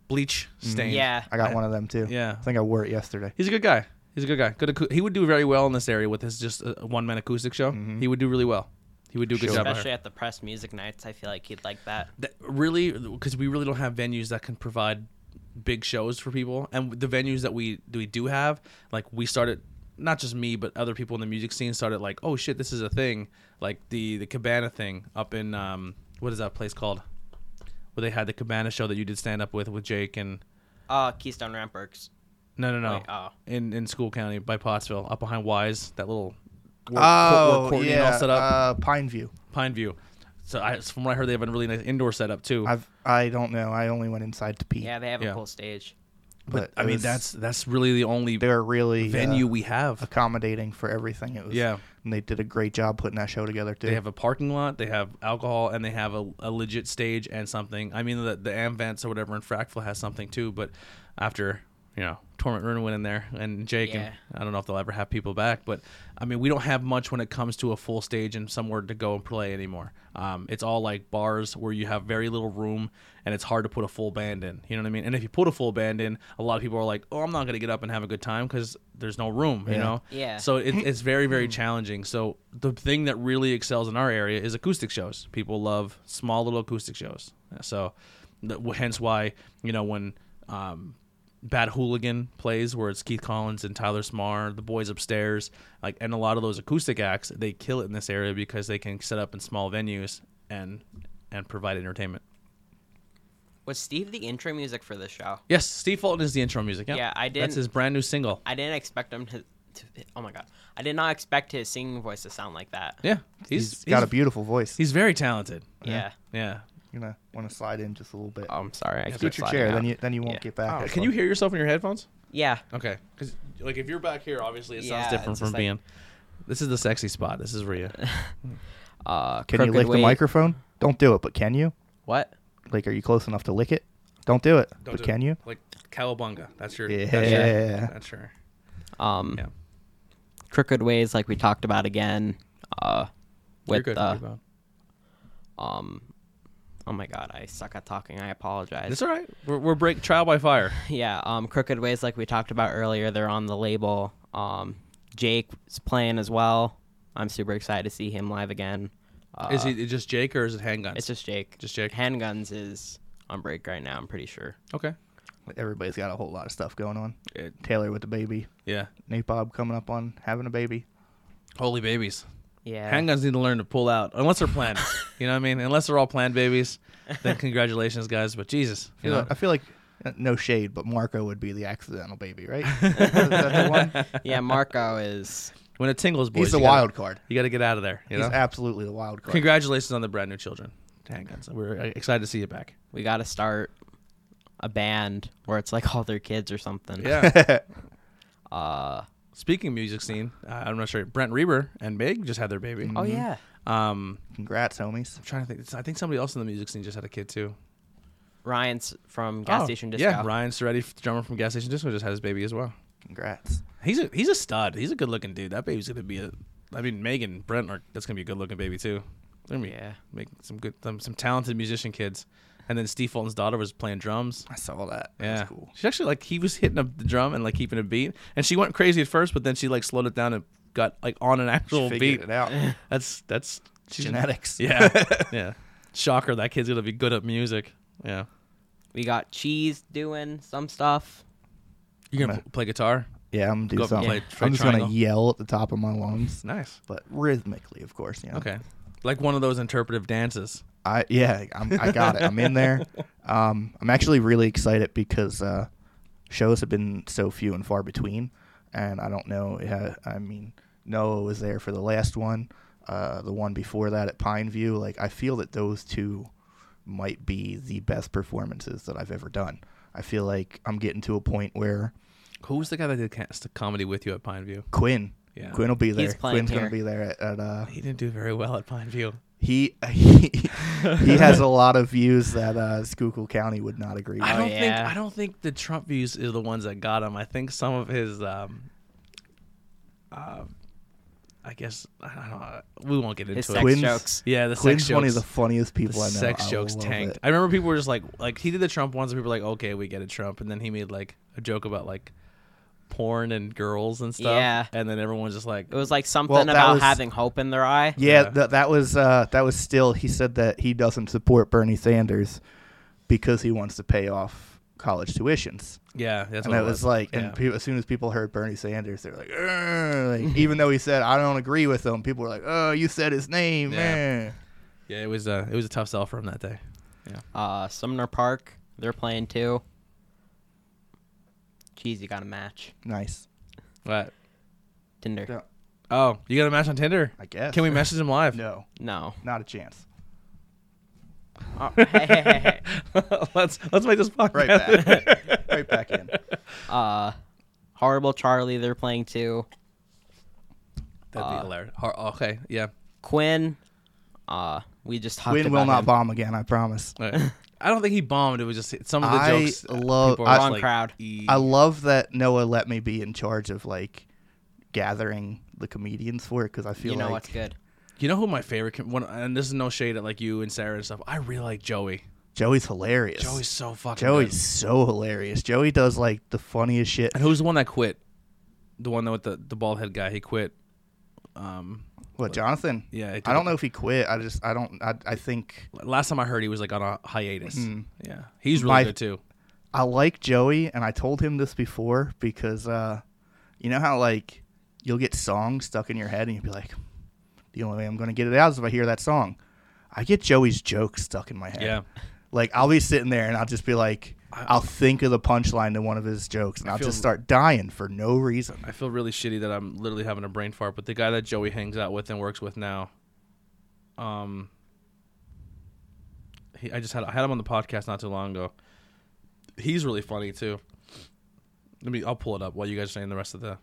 bleach stain. yeah I got one of them too. Yeah. I think I wore it yesterday. he's a good guy. He's a good guy. Good. acou- He would do very well in this area with his just uh, one man acoustic show. He would do really well. He would do a good job. out especially here. at the press music nights i feel like he'd like that That really, because we really don't have venues that can provide big shows for people, and the venues that we we do have, like we started. Not just me, but other people in the music scene started like, "Oh shit, this is a thing!" Like the the Cabana thing up in um, what is that place called? Where they had the Cabana show that you did stand up with with Jake and uh keystone ramparts no no no Wait, oh. in in School County by Pottsville up behind Wise that little where, Oh, Courtney and yeah. all set up Uh, Pine View. Pine View. So I, from what I heard, they have a really nice indoor setup too. I've I don't know. I only went inside to pee. yeah they have Yeah. a cool stage but I it mean, was- that's that's really the only they were really uh, venue we have. accommodating for everything. It was Yeah. and they did a great job putting that show together too. They have a parking lot, they have alcohol, and they have a, a legit stage and something. I mean, the the Amvents or whatever in Fractal has something too. But after you know, Torment Rune went in there and Jake, and Yeah. I don't know if they'll ever have people back. But I mean, we don't have much when it comes to a full stage and somewhere to go and play anymore. Um, it's all like bars where you have very little room and it's hard to put a full band in. You know what I mean? And if you put a full band in, a lot of people are like, "Oh, I'm not gonna get up and have a good time because there's no room." You know? Yeah. So it, it's very very challenging. So the thing that really excels in our area is acoustic shows. People love small little acoustic shows. So th- hence why you know when um, Bad Hooligan plays where it's Keith Collins and Tyler Smar, the boys upstairs, like and a lot of those acoustic acts, they kill it in this area because they can set up in small venues and and provide entertainment. was steve the intro music for the show Yes, Steve Fulton is the intro music. Yeah, Yeah, I That's didn't- his brand new single. i didn't expect him to, to oh my god i did not expect his singing voice to sound like that Yeah, he's got a beautiful voice. he's very talented. yeah, Yeah. you know, want to slide in just a little bit. Oh, i'm sorry i keep Scoot your sliding chair, then out. you then you won't Yeah. get back. that's Oh, Can all. you hear yourself in your headphones? yeah Okay, because like if you're back here, obviously it sounds Yeah, different it's from just like- being. This is the sexy spot. This is Rhea. uh Can you Crooked lick Way- the microphone? Don't do it. But can you? what Like, are you close enough to lick it? Don't do it. Don't but do it. can you? Like cowabunga. That's your. Yeah. That's your, that's your um yeah. crooked ways like we talked about again uh You're with good. uh, You're fine. um oh my god i suck at talking i apologize It's all right. We're, we're break trial by fire. yeah um crooked ways like we talked about earlier they're on the label um jake's playing as well i'm super excited to see him live again uh, is he just Jake or is it handguns? it's just jake Just Jake. handguns is on break right now i'm pretty sure okay. Everybody's got a whole lot of stuff going on. It- Taylor with the baby. yeah. Nate Bob coming up on having a baby. Holy babies. yeah Handguns need to learn to pull out unless they're planned. you know what I mean? Unless they're all planned babies, then congratulations, guys. But Jesus, you know. I feel like uh, no shade, but Marco would be the accidental baby, right? Is that the one? yeah marco is when it tingles, boys. He's the you gotta- wild card. You got to get out of there. You He's know? absolutely the wild card. Congratulations on the brand new children. Handguns. We're uh, excited to see you back. we gotta start a band where it's like all their kids or something Yeah. uh uh, Speaking of music scene, uh, I'm not sure. Brent Reber and Meg just had their baby. oh yeah Um, Congrats, homies. I'm trying to think. I think somebody else in the music scene just had a kid too. Ryan's from Oh, Gas Station Disco. Yeah, Ryan Soretti, drummer from Gas Station Disco, just had his baby as well. Congrats. He's a he's a stud. He's a good looking dude. That baby's gonna be a. I mean, Megan Brent are that's gonna be a good looking baby too. They're gonna be Yeah. making some good some, some talented musician kids. And then Steve Fulton's daughter was playing drums. I saw that. Yeah, That's cool. she actually like he was hitting up the drum and like keeping a beat, and she went crazy at first, but then she like slowed it down and got like on an actual beat. Figured it out. That's that's she's- Genetics. Yeah, yeah. Shocker, that kid's gonna be good at music. Yeah, We got Cheese doing some stuff. you gonna pl- play guitar? Yeah, I'm Go gonna up do and something. play- try I'm just triangle. gonna yell at the top of my lungs, Nice. but rhythmically, of course. You know? Okay, like one of those interpretive dances. I yeah, I'm, I got it. I'm in there. Um, I'm actually really excited because uh, shows have been so few and far between, and I don't know. Yeah, I mean, Noah was there for the last one, uh, the one before that at Pine View. Like, I feel that those two might be the best performances that I've ever done. I feel like I'm getting to a point where Who's the guy that did cast a comedy with you at Pineview? Quinn, Yeah. Quinn will be there. playing Quinn's here. gonna be there at, at uh, He didn't do very well at Pineview. he he, he has a lot of views that uh, Schuylkill County would not agree with. I don't think yeah. I don't think the Trump views is the ones that got him. I think some of his, um, uh, I guess I don't know. We won't get into His it. sex Quinn's- jokes. yeah, the Quinn's sex jokes. one of the funniest people I know. sex I jokes love tanked. it. I remember people were just like, like he did the Trump ones, and people were like, okay, we get it, Trump. And then he made like a joke about like porn and girls and stuff. Yeah. And then everyone's just like, It was like something Well, that about was- having hope in their eye. Yeah, Yeah. Th- that was uh, that was still. He said that he doesn't support Bernie Sanders because he wants to pay off college tuitions. yeah, that's And what it was like, yeah. and people, as soon as people heard Bernie Sanders, they're like, "Ugh," like, even though he said I don't agree with him, people were like, oh, you said his name, Yeah. man. yeah, it was uh, it was a tough sell for him that day. Uh, Sumner Park, they're playing too. Cheese, you got a match. Nice. But Tinder. Yeah. oh, you got a match on Tinder? I guess. Can we message him live? No, No. not a chance. Oh, hey, hey, hey, Uh, hey. let's let's make this podcast. Right back. right back in. Uh, Horrible Charlie, they're playing too. That'd be hilarious. Har- oh, okay, yeah. Quinn, uh, we just talked Quinn about will not him. bomb again. I promise. All right. I don't think he bombed. It was just some of the I jokes. uh, love- people were just Wrong crowd. "E-" I love that Noah let me be in charge of like gathering the comedians for it because I feel You know like what's good. You know who my favorite com- one, and this is no shade at like you and Sarah and stuff. I really like Joey. Joey's hilarious. Joey's so fucking. Joey's good. so hilarious. Joey does like the funniest shit. And who's the one that quit? The one that with the the bald head guy. He quit. Um, What Jonathan? Yeah, he I took don't a- know if he quit. I just I don't I, I think last time I heard, he was like on a hiatus. Yeah, he's really Mm. My- good too. I like Joey and I told him this before because uh you know how like you'll get songs stuck in your head and you'll be like the only way I'm going to get it out is if I hear that song. I get Joey's jokes stuck in my head. Yeah. Like I'll be sitting there and I'll just be like, I'll think of the punchline to one of his jokes and I'll feel- just start dying for no reason. I feel really shitty that I'm literally having a brain fart. But the guy that Joey hangs out with and works with now, um, he, I just had I had him on the podcast not too long ago. He's really funny too. Let me. I'll pull it up while you guys are saying the rest of the.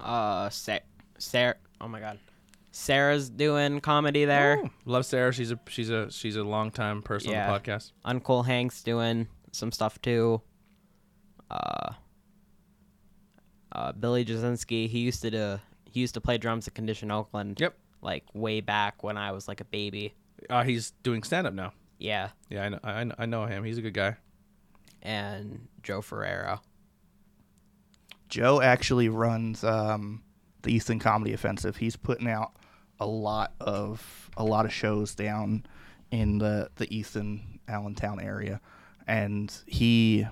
Uh, Sa- Sarah, oh my god. Sarah's doing comedy there. Oh, love Sarah. She's a she's a she's a long time person Yeah. on the podcast. Uncle Hank's doing some stuff too. Uh, uh, Billy Jasinski, he used to do, he used to play drums at Condition Oakland. Yep. Like way back when I was like a baby. Uh, he's doing stand up now. Yeah. Yeah, I know, I know. I know him. He's a good guy. And Joe Ferrero. Joe actually runs um, the Easton Comedy Offensive. He's putting out a lot of a lot of shows down in the the Easton Allentown area, and he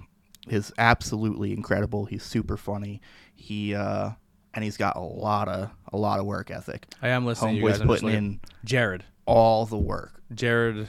is absolutely incredible. He's super funny. He uh, and he's got a lot of a lot of work ethic. I am listening. to you Homeboy's guys. I'm just putting in looking- Jared. all the work. Jared,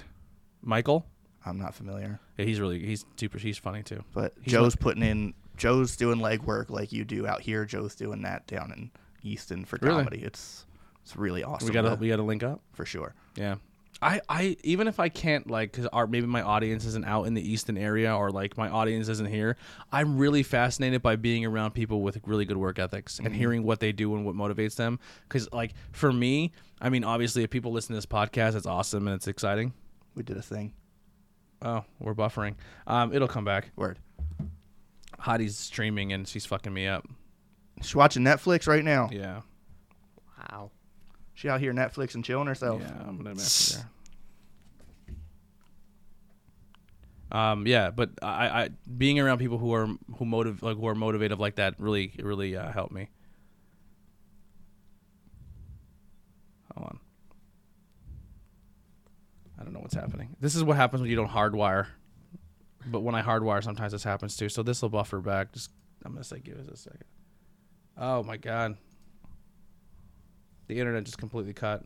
Michael. I'm not familiar. Yeah, he's really he's super. He's funny too. But He's Joe's putting in, Joe's doing legwork like you do out here. Joe's doing that down in Easton for Really? comedy. It's it's really awesome. we gotta though, we gotta link up. for sure. Yeah. I, I even if I can't like because our maybe my audience isn't out in the Easton area or like my audience isn't here, I'm really fascinated by being around people with really good work ethics and hearing what they do and what motivates them. Because like for me, I mean obviously if people listen to this podcast, it's awesome and it's exciting. We did a thing. Oh, we're buffering. Um, it'll come back. Word. Hottie's streaming and she's fucking me up. She's watching Netflix right now. Yeah, Wow. She out here Netflix and chilling herself. yeah, I'm gonna mess with her. Um, yeah, but I, I being around people who are who motive like who are motivative like that really really uh, helped me. Hold on. I don't know what's happening. This is what happens when you don't hardwire. But when I hardwire, sometimes this happens too. So this will buffer back. Just I'm gonna say give us a second. Oh my god. The internet just completely cut.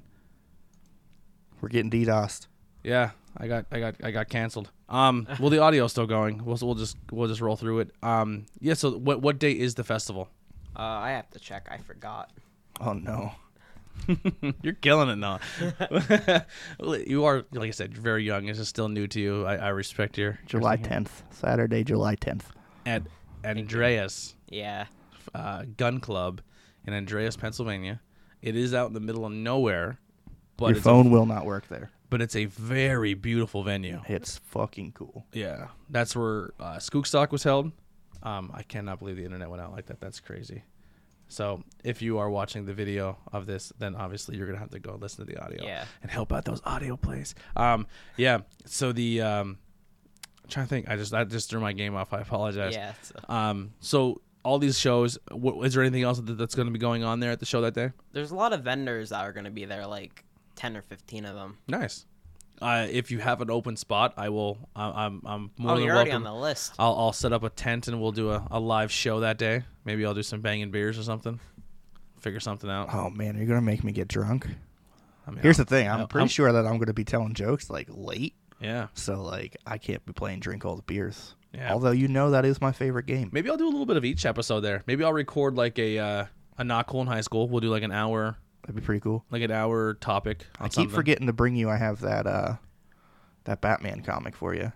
We're getting DDoSed. Yeah, I got, I got, I got canceled. Um, well, the audio's still going. We'll, we'll just, we'll just roll through it. Um, yeah. So, what, what day is the festival? Uh, I have to check. I forgot. Oh no. You're killing it now. you are, like I said, very young. This is still new to you. I, I respect your July 10th. Saturday, July 10th. at Andreas Yeah. uh, Gun Club in Andreas, Pennsylvania. It is out in the middle of nowhere, but Your it's phone will not work there. A, but it's a very beautiful venue. It's fucking cool. Yeah, that's where uh, Skookstock was held. Um, I cannot believe the internet went out like that. That's crazy. So if you are watching the video of this, then obviously you're gonna have to go listen to the audio Yeah. and help out those audio plays. Um, yeah. So the um, I'm trying to think. I just I just threw my game off. I apologize. Yeah. it's- uh, Um, so all these shows. wh- is there anything else that, that's gonna be going on there at the show that day? there's a lot of vendors that are going to be there, like 10 or 15 of them. Nice. Uh, if you have an open spot, I will. I, I'm I'm more oh, than you're already welcome. on the list. I'll, I'll set up a tent and we'll do a, a live show that day. Maybe I'll do some banging beers or something. Figure something out. Oh man, you're gonna make me get drunk. I mean, Here's the thing. I'm I'll- pretty I'll- sure that I'm gonna be telling jokes like late. yeah. So like I can't be playing drink all the beers. Yeah. Although you know that is my favorite game. Maybe I'll do a little bit of each episode there. Maybe I'll record like a uh, a not cool in high school. We'll do like an hour, That'd be pretty cool. like an hour topic. On I keep something. forgetting to bring you. I have that uh, that Batman comic for you.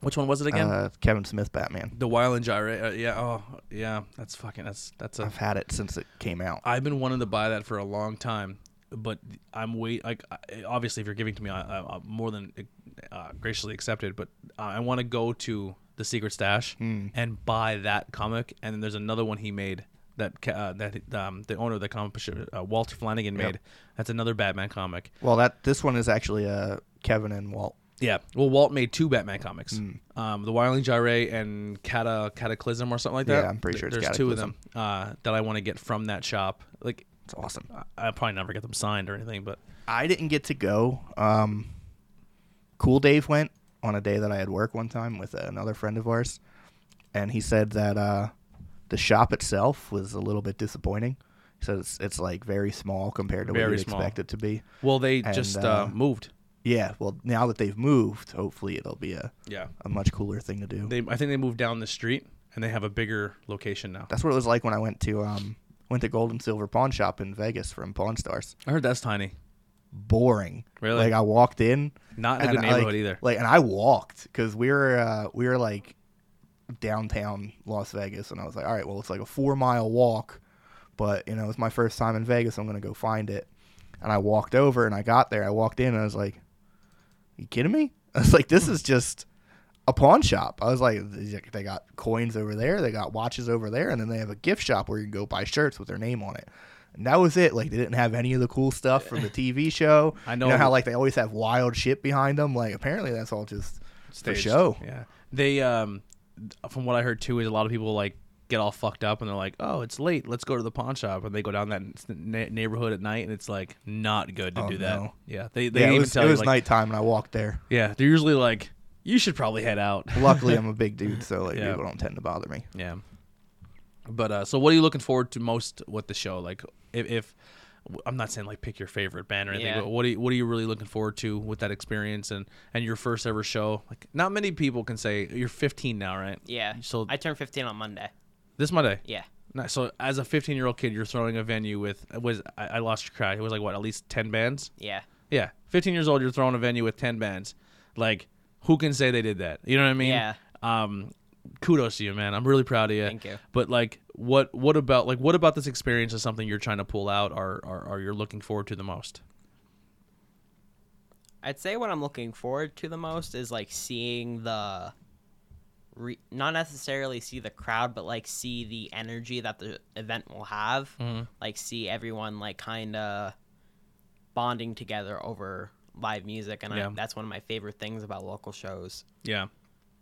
which one was it again. Uh, Kevin Smith Batman. the Wild and Gyra. Uh, yeah. Oh, yeah. That's fucking. That's that's a. I've had it since it came out. I've been wanting to buy that for a long time, but I'm wait like I- obviously if you're giving it to me, I, I, I'm more than uh, graciously accepted. But I want to go to the secret stash Hmm. and buy that comic, and then there's another one he made that ca- uh, that um, the owner of the comic shop, uh, Walter Flanagan made. That's another Batman comic. Well, that this one is actually uh, Kevin and Walt. Yeah. Well, Walt made two Batman comics. Hmm. Um, the Wiling Gyre and Cata Cataclysm or something like that. Yeah, I'm pretty sure it's there's two of them uh, that I want to get from that shop. Like. It's awesome. I- I'll probably never get them signed or anything, but I didn't get to go. Um, cool Dave went on a day that I had work one time with another friend of ours, and he said that uh, the shop itself was a little bit disappointing. He said it's, it's like very small compared to what Very you'd small. expect it to be. Well, they And, just uh, uh, moved. Yeah, well, now that they've moved, hopefully it'll be a, Yeah, a much cooler thing to do. they. I think they moved down the street, and they have a bigger location now. That's what it was like when I went to um, went to Gold and Silver Pawn Shop in Vegas from Pawn Stars. I heard that's tiny. boring. Really? Like I walked in, Not in a and good I, neighborhood like- either. Like, and I walked because we were uh, we were like downtown Las Vegas, and I was like, all right, well, it's like a four mile walk, but you know, it's my first time in Vegas, I'm gonna go find it. And I walked over, and I got there. I walked in, and I was like, you kidding me? I was like, this is just a pawn shop. I was like, they got coins over there, they got watches over there, and then they have a gift shop where you can go buy shirts with their name on it. And that was it. Like they didn't have any of the cool stuff from the TV show. I You know- how like they always have wild shit behind them. Like apparently that's all just Staged. for show. Yeah, they. Um, from what I heard too, is a lot of people like get all fucked up, and they're like, "Oh, it's late. Let's go to the pawn shop." And they go down that n- neighborhood at night, and it's like not good to Oh, do that. no. Yeah, they. They yeah, even it was, tell it you was like, nighttime and I walked there. Yeah, they're usually like, "You should probably head out." Luckily, I'm a big dude, so like Yeah. people don't tend to bother me. Yeah. But uh, so, what are you looking forward to most with the show? Like, if, if I'm not saying like pick your favorite band or anything, Yeah. but what are you, what are you really looking forward to with that experience and and your first ever show? Like, not many people can say you're 15 now, right? Yeah. So I turned 15 on Monday. this Monday. Yeah. Nice. So as a 15 year old kid, you're throwing a venue with was I, I lost your cry. It was like what at least 10 bands. Yeah. Yeah, 15 years old, you're throwing a venue with 10 bands. Like, who can say they did that? You know what I mean? Yeah. Um, kudos to you, man. I'm really proud of you. Thank you. But like, what what about like what about this experience is something you're trying to pull out or or, or you're looking forward to the most? I'd say what I'm looking forward to the most is like seeing the re- not necessarily see the crowd but like see the energy that the event will have. Mm-hmm. Like see everyone like kind of bonding together over live music and Yeah. I, that's one of my favorite things about local shows Yeah.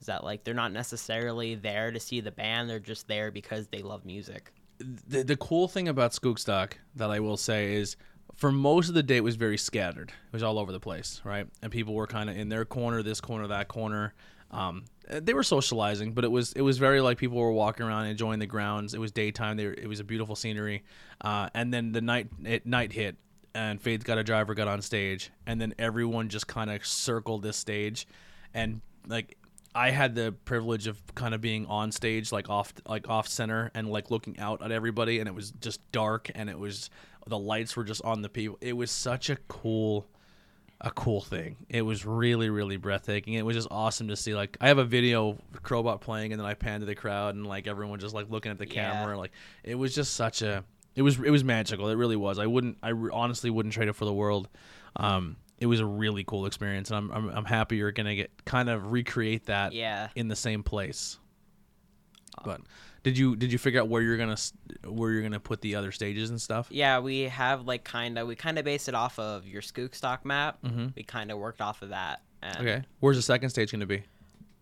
is that like they're not necessarily there to see the band, they're just there because they love music. the the cool thing about Skookstock that I will say is for most of the day it was very scattered. It was all over the place, right? And people were kind of in their corner, this corner, that corner. Um, uh, they were socializing, but it was it was very like people were walking around enjoying the grounds. It was daytime. They were, it was a beautiful scenery. Uh, and then the night it, night hit, and Faith got a driver, got on stage, and then everyone just kind of circled this stage, and like I had the privilege of kind of being on stage, like off, like off center, and like looking out at everybody, and it was just dark, and it was the lights were just on the people. It was such a cool, a cool thing. It was really, really breathtaking. It was just awesome to see. Like I have a video of Crowbot playing, and then I panned to the crowd, and like everyone just like looking at the Yeah. camera. Like it was just such a, it was it was magical. It really was. I wouldn't, I re- honestly wouldn't trade it for the world. Um, it was a really cool experience, and I'm I'm, I'm happy you're gonna get kind of recreate that Yeah. in the same place. But did you did you figure out where you're gonna s- where you're gonna put the other stages and stuff? Yeah, we have like kind of we kind of based it off of your Skookstock map. We kind of worked off of that. And, Mm-hmm. Okay. Where's the second stage gonna be?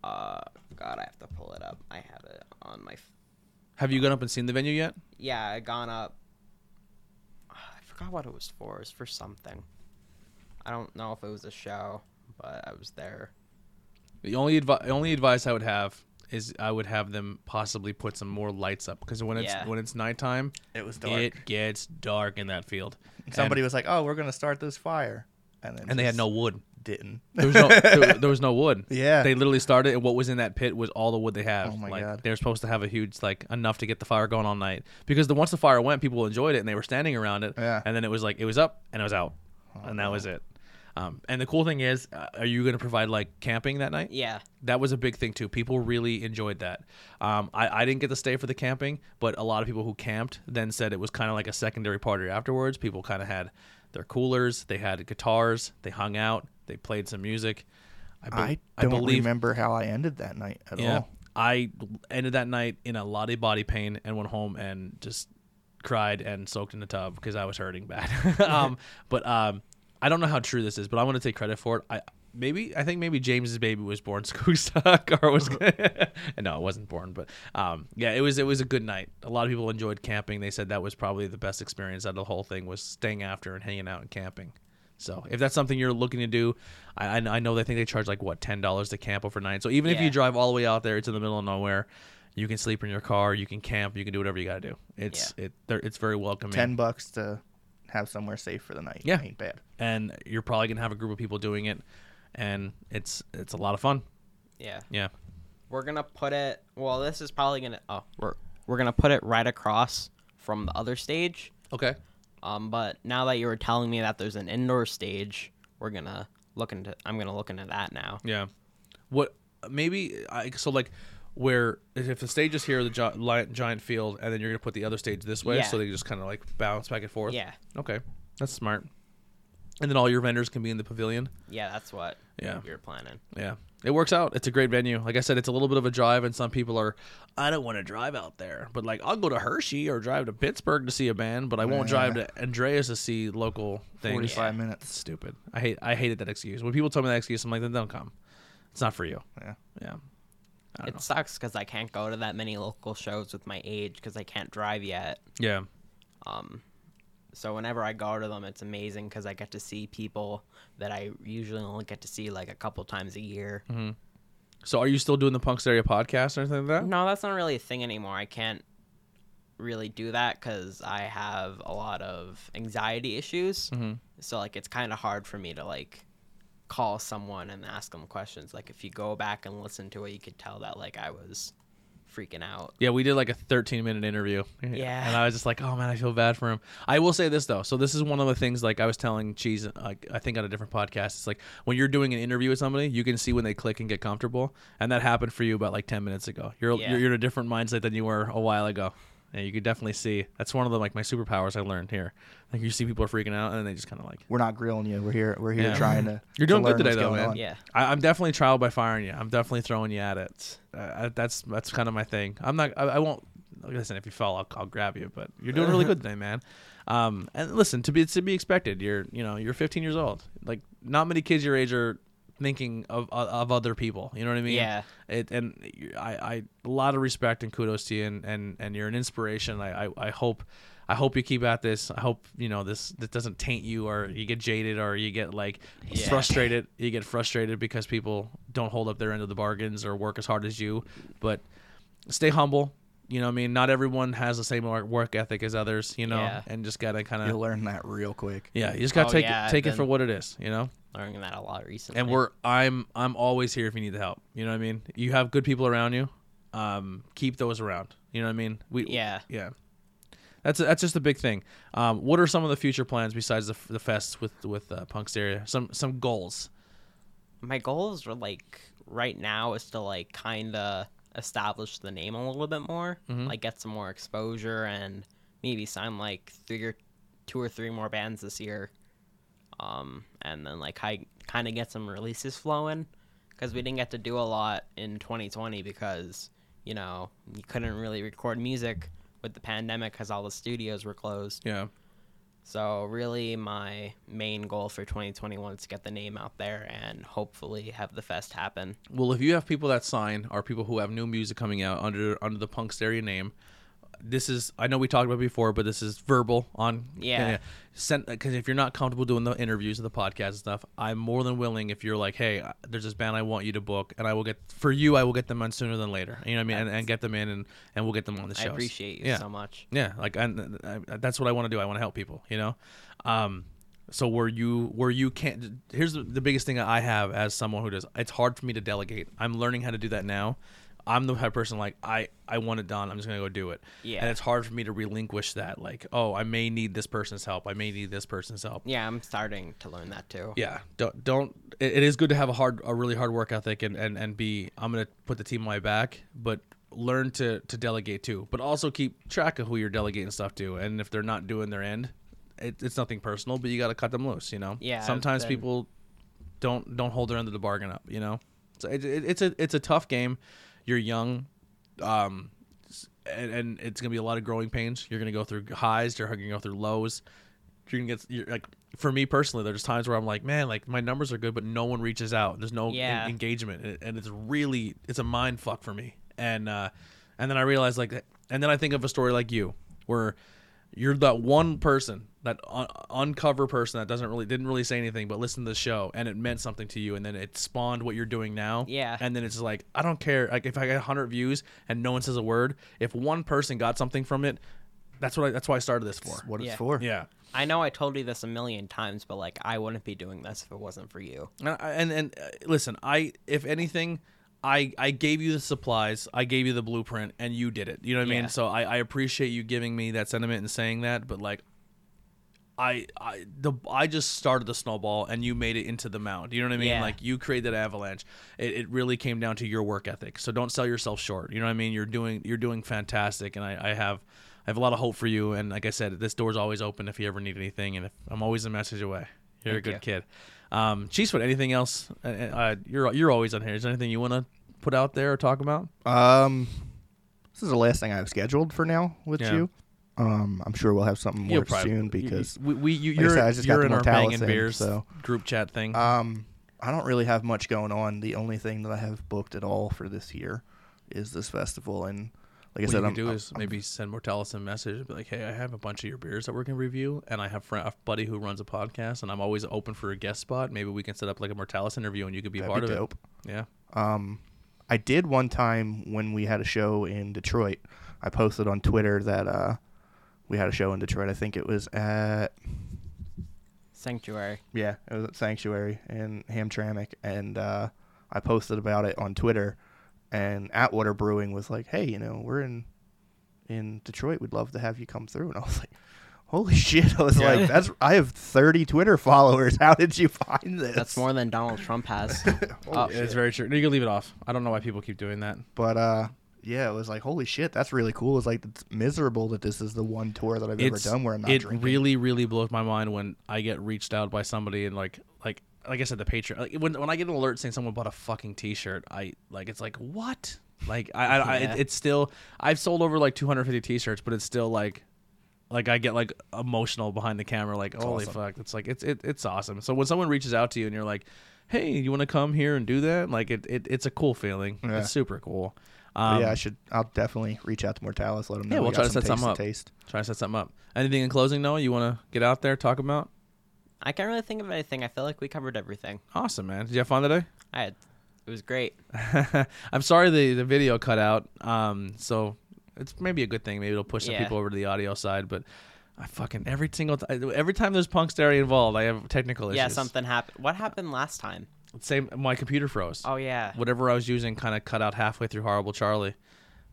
Uh, God, I have to pull it up. I had it on my. F- Have you gone up and seen the venue yet? yeah, I gone up. Ah, I forgot what it was for. It was for something. I don't know if it was a show, but I was there. The only advi- only advice I would have is I would have them possibly put some more lights up because when it's Yeah. when it's nighttime, It was dark. It gets dark in that field. Somebody and, was like, "Oh, we're gonna start this fire," and then and they had just no wood. didn't. There was no there, there was no wood. Yeah. They literally started and what was in that pit was all the wood they have. Oh my like, God. They're supposed to have a huge like enough to get the fire going all night. Because the once the fire went, people enjoyed it and they were standing around it. Yeah. And then it was like it was up and it was out. and that was it. Um, and the cool thing is, uh, are you going to provide like camping that night? Yeah, that was a big thing too. People really enjoyed that. Um, I, I didn't get to stay for the camping, but a lot of people who camped then said it was kind of like a secondary party afterwards. People kind of had their coolers, they had guitars, they hung out, they played some music. be- I don't remember how I ended that night at yeah, all. I ended that night in a lot of body pain and went home and just cried and soaked in the tub because I was hurting bad. um, but um, I don't know how true this is, but I want to take credit for it. I maybe I think maybe James's baby was born Skookstock or was no, it wasn't born, but um, yeah, it was it was a good night. A lot of people enjoyed camping. They said that was probably the best experience out of the whole thing was staying after and hanging out and camping. So if that's something you're looking to do, I, I I know they think they charge like what ten dollars to camp overnight. So even if you Yeah. drive all the way out there, it's in the middle of nowhere. You can sleep in your car. You can camp. You can do whatever you got to do. It's it they're- it's very welcoming. Ten bucks to have somewhere safe for the night. Yeah. ain't bad. and you're probably gonna have a group of people doing it, and it's it's a lot of fun. yeah. Yeah, We're gonna put it. Well, this is probably gonna. Oh, we're we're gonna put it right across from the other stage. okay. Um, but now that you were telling me that there's an indoor stage, we're gonna look into. I'm gonna look into that now. Yeah. What maybe I so like where if the stage is here the gi- li- giant field and then you're going to put the other stage this way Yeah. so they just kind of like bounce back and forth. Yeah. Okay. That's smart. And then all your vendors can be in the pavilion. Yeah, that's what. Yeah. you're planning. Yeah. It works out. It's a great venue. Like I said, it's a little bit of a drive, and some people are, I don't want to drive out there, but like I'll go to Hershey or drive to Pittsburgh to see a band, but I won't drive to Andreas to see local things. Forty-five minutes. Stupid. I hate. I hated that excuse. When people tell me that excuse, I'm like, then don't come. It's not for you. Yeah. Yeah. It sucks 'cause sucks because I can't go to that many local shows with my age because I can't drive yet. Yeah. So whenever I go to them, it's amazing because I get to see people that I usually only get to see like a couple times a year. Mm-hmm. So are you still doing the Punks Area podcast or anything like that? No, that's not really a thing anymore. I can't really do that because I have a lot of anxiety issues. Mm-hmm. So like it's kind of hard for me to like call someone and ask them questions. Like if you go back and listen to it, you could tell that like I was freaking out. Yeah, we did like a 13 minute interview. Yeah. And I was just like, oh man, I feel bad for him. I will say this though. So, this is one of the things like I was telling Cheese, like, I think on a different podcast. It's like when you're doing an interview with somebody, you can see when they click and get comfortable. And that happened for you about like 10 minutes ago. You're, Yeah. you're, you're in a different mindset than you were a while ago. And you could definitely see that's one of the like my superpowers I learned here. Like you see people are freaking out and then they just kind of like We're not grilling you. We're here. We're here Yeah. trying to. You're to doing good learn today what's though, going man. on. Yeah. I, I'm definitely trial by firing you. I'm definitely throwing you at it. Uh, I, that's that's kind of my thing. I'm not. I, I won't. Listen, if you fall, I'll, I'll grab you. But you're doing a really good thing, man. Um, and listen, to be it's to be expected. You're you know you're 15 years old. Like not many kids your age are thinking of of, of other people. You know what I mean? Yeah. It, and you- I, I a lot of respect and kudos to you, and and, and you're an inspiration. I, I I hope. I hope you keep at this. I hope you know this. This doesn't taint you, or you get jaded, or you get like Yeah. frustrated frustrated. You get frustrated because people don't hold up their end of the bargains or work as hard as you. But stay humble. You know, what I mean, not everyone has the same wor- work ethic as others. You know, Yeah. and just gotta kind You'll of learn that real quick. yeah, you just gotta Oh, take yeah, it, take it then- for what it is. You know, Learning that a lot recently. and we're I'm I'm always here if you need the help. You know what I mean? You have good people around you. Um, keep those around. You know what I mean? We Yeah. yeah. That's that's just a big thing. Um, what are some of the future plans besides the, the fests with with uh, Punksteria? Some some goals. my goals are like right now is to like kind of establish the name a little bit more, like get some more exposure and maybe sign like three or two or three more bands this year. Um, and then like I kind of get some releases flowing because we didn't get to do a lot in 2020 because you know you couldn't really record music with the pandemic because all the studios were closed. Yeah. So really, my main goal for 2021 is to get the name out there and hopefully have the fest happen. Well, if you have people that sign are people who have new music coming out under under the Punksteria name, this is I know we talked about it before, but this is verbal on Yeah. Send because if you're not comfortable doing the interviews and the podcast and stuff, I'm more than willing if you're like, hey, there's this band I want you to book, and I will get for you, I will get them on sooner than later. You know what I mean? And, and get them in, and and we'll get them on the show. I appreciate you yeah. so much. Yeah, like I, I, that's what I want to do. I want to help people, you know. Um, so where you where you can't here's the biggest thing I have as someone who does. It's hard for me to delegate. I'm learning how to do that now. I'm the type of person like I I want it done. I'm just gonna go do it. Yeah. and it's hard for me to relinquish that. Like oh, I may need this person's help. I may need this person's help. Yeah, I'm starting to learn that too. Yeah, don't don't. It, it is good to have a hard, a really hard work ethic, and and and be. I'm gonna put the team on my back, but learn to to delegate too. But also keep track of who you're delegating stuff to, and if they're not doing their end, it, it's nothing personal, but you got to cut them loose. You know. Yeah, Sometimes then- people don't don't hold their end of the bargain up. You know. So it, it, it's a it's a tough game. You're young. Um, and, and it's gonna be a lot of growing pains. You're gonna go through highs. You're gonna go through lows. You're gonna get you're, like for me personally, there's times where I'm like, man, like my numbers are good, but no one reaches out. There's no en- Yeah. engagement, and- and it's really it's a mind fuck for me. And uh, and then I realize like, and then I think of a story like you, where you're that one person that un- uncover person that doesn't really didn't really say anything but listened to the show and it meant something to you and then it spawned what you're doing now Yeah. and then it's just like i don't care like if i get 100 views and no one says a word if one person got something from it that's what I, that's why i started this for What Yeah. it's for? yeah I know I told you this a million times, but like I wouldn't be doing this if it wasn't for you. And I- and and uh, listen, I if anything, I I gave you the supplies, I gave you the blueprint, and you did it. You know what I Yeah. mean? So I I appreciate you giving me that sentiment and saying that, but like. I, I the I just started the snowball and you made it into the mound. You know what I mean? Yeah. Like you created that avalanche. It, it really came down to your work ethic. So don't sell yourself short. You know what I mean? You're doing you're doing fantastic, and I, I have I have a lot of hope for you. And like I said, this door's always open if you ever need anything. And if, I'm always a message away. You're a good kid. Um, Cheesefoot, anything else? Uh, uh, you're you're always on here. Is there anything you want to put out there or talk about? Um, this is the last thing I have scheduled for now with Yeah. you. Um, I'm sure we'll have something You'll more probably- soon you- because you, we, we you, like I you're, said, I just got you're the in our Mortalis banging in, beers so- group chat thing. um, I don't really have much going on. The only thing that I have booked at all for this year is this festival, and like I what said, you I'm, can do I'm- is maybe send Mortalis a message and be like, "Hey, I have a bunch of your beers that we're gonna review, and I have fri- a buddy who runs a podcast, and I'm always open for a guest spot. Maybe we can set up like a Mortalis interview, and you could be a That'd part be of dope. it. Yeah, Um, I did one time when we had a show in Detroit. I posted on Twitter that uh, we had a show in Detroit. I think it was at Sanctuary. yeah, it was at Sanctuary in Hamtramck, and uh, I posted about it on Twitter. and Atwater Brewing was like, "Hey, you know, we're in in Detroit. We'd love to have you come through." And I was like, "Holy shit!" I was Yeah. like, "That's I have 30 Twitter followers. How did you find this?" That's more than Donald Trump has. Holy Oh, shit. It's very true. You can leave it off. I don't know why people keep doing that. But uh, yeah, it was like, "Holy shit, that's really cool." It's like it's miserable that this is the one tour that I've It's- ever done where I'm not it drinking. really, really blows my mind when I get reached out by somebody and like, like, like I said, the Patreon. Like when, when I get an alert saying someone bought a fucking T-shirt, I like it's like what? Like I, I, I Yeah. it, it's still I've sold over like 250 T-shirts, but it's still like, like I get like emotional behind the camera. Like holy awesome. fuck, it's like it's it, it's awesome. So when someone reaches out to you and you're like, hey, you want to come here and do that? Like it, it it's a cool feeling. Yeah. It's super cool. But Um, yeah, I should. I'll definitely reach out to Mortalis. Let them know. yeah, we we'll got try to some set something up. taste to Try to set something up. Anything in closing, Noah? You want to get out there talk about? I can't really think of anything. I feel like we covered everything. Awesome, man. Did you have fun today? I had, it was great. I'm sorry the the video cut out. Um, so it's maybe a good thing. Maybe it'll push some Yeah. people over to the audio side. But I fucking every single ti- every time there's Punksterry involved, I have technical issues. Yeah, something happened. What happened last time? Same. My computer froze. Oh yeah. Whatever I was using kind of cut out halfway through Horrible Charlie.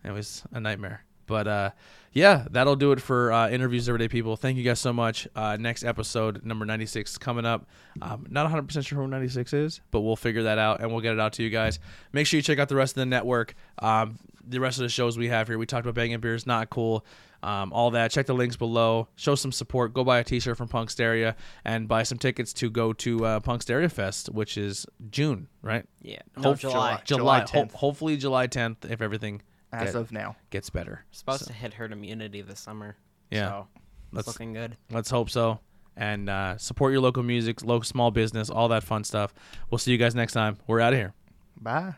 It was a nightmare. But uh, yeah, that'll do it for uh, interviews, everyday people. Thank you guys so much. Uh, next episode, number 96, is coming up. Um, not 100% sure who 96 is, but we'll figure that out and we'll get it out to you guys. Make sure you check out the rest of the network. Um, the rest of the shows we have here. We talked about Banging Beers, Not Cool, um, all that. Check the links below. Show some support. Go buy a t shirt from Punksteria and buy some tickets to go to uh, Punksteria Fest, which is June, right? Yeah. No, July. July, July ho- 10th. hopefully July 10th if everything as get- of now. gets better. Supposed to hit herd immunity this summer. Yeah. So Let's- it's looking good. Let's hope so. And uh, support your local music, local small business, all that fun stuff. We'll see you guys next time. We're out of here. Bye.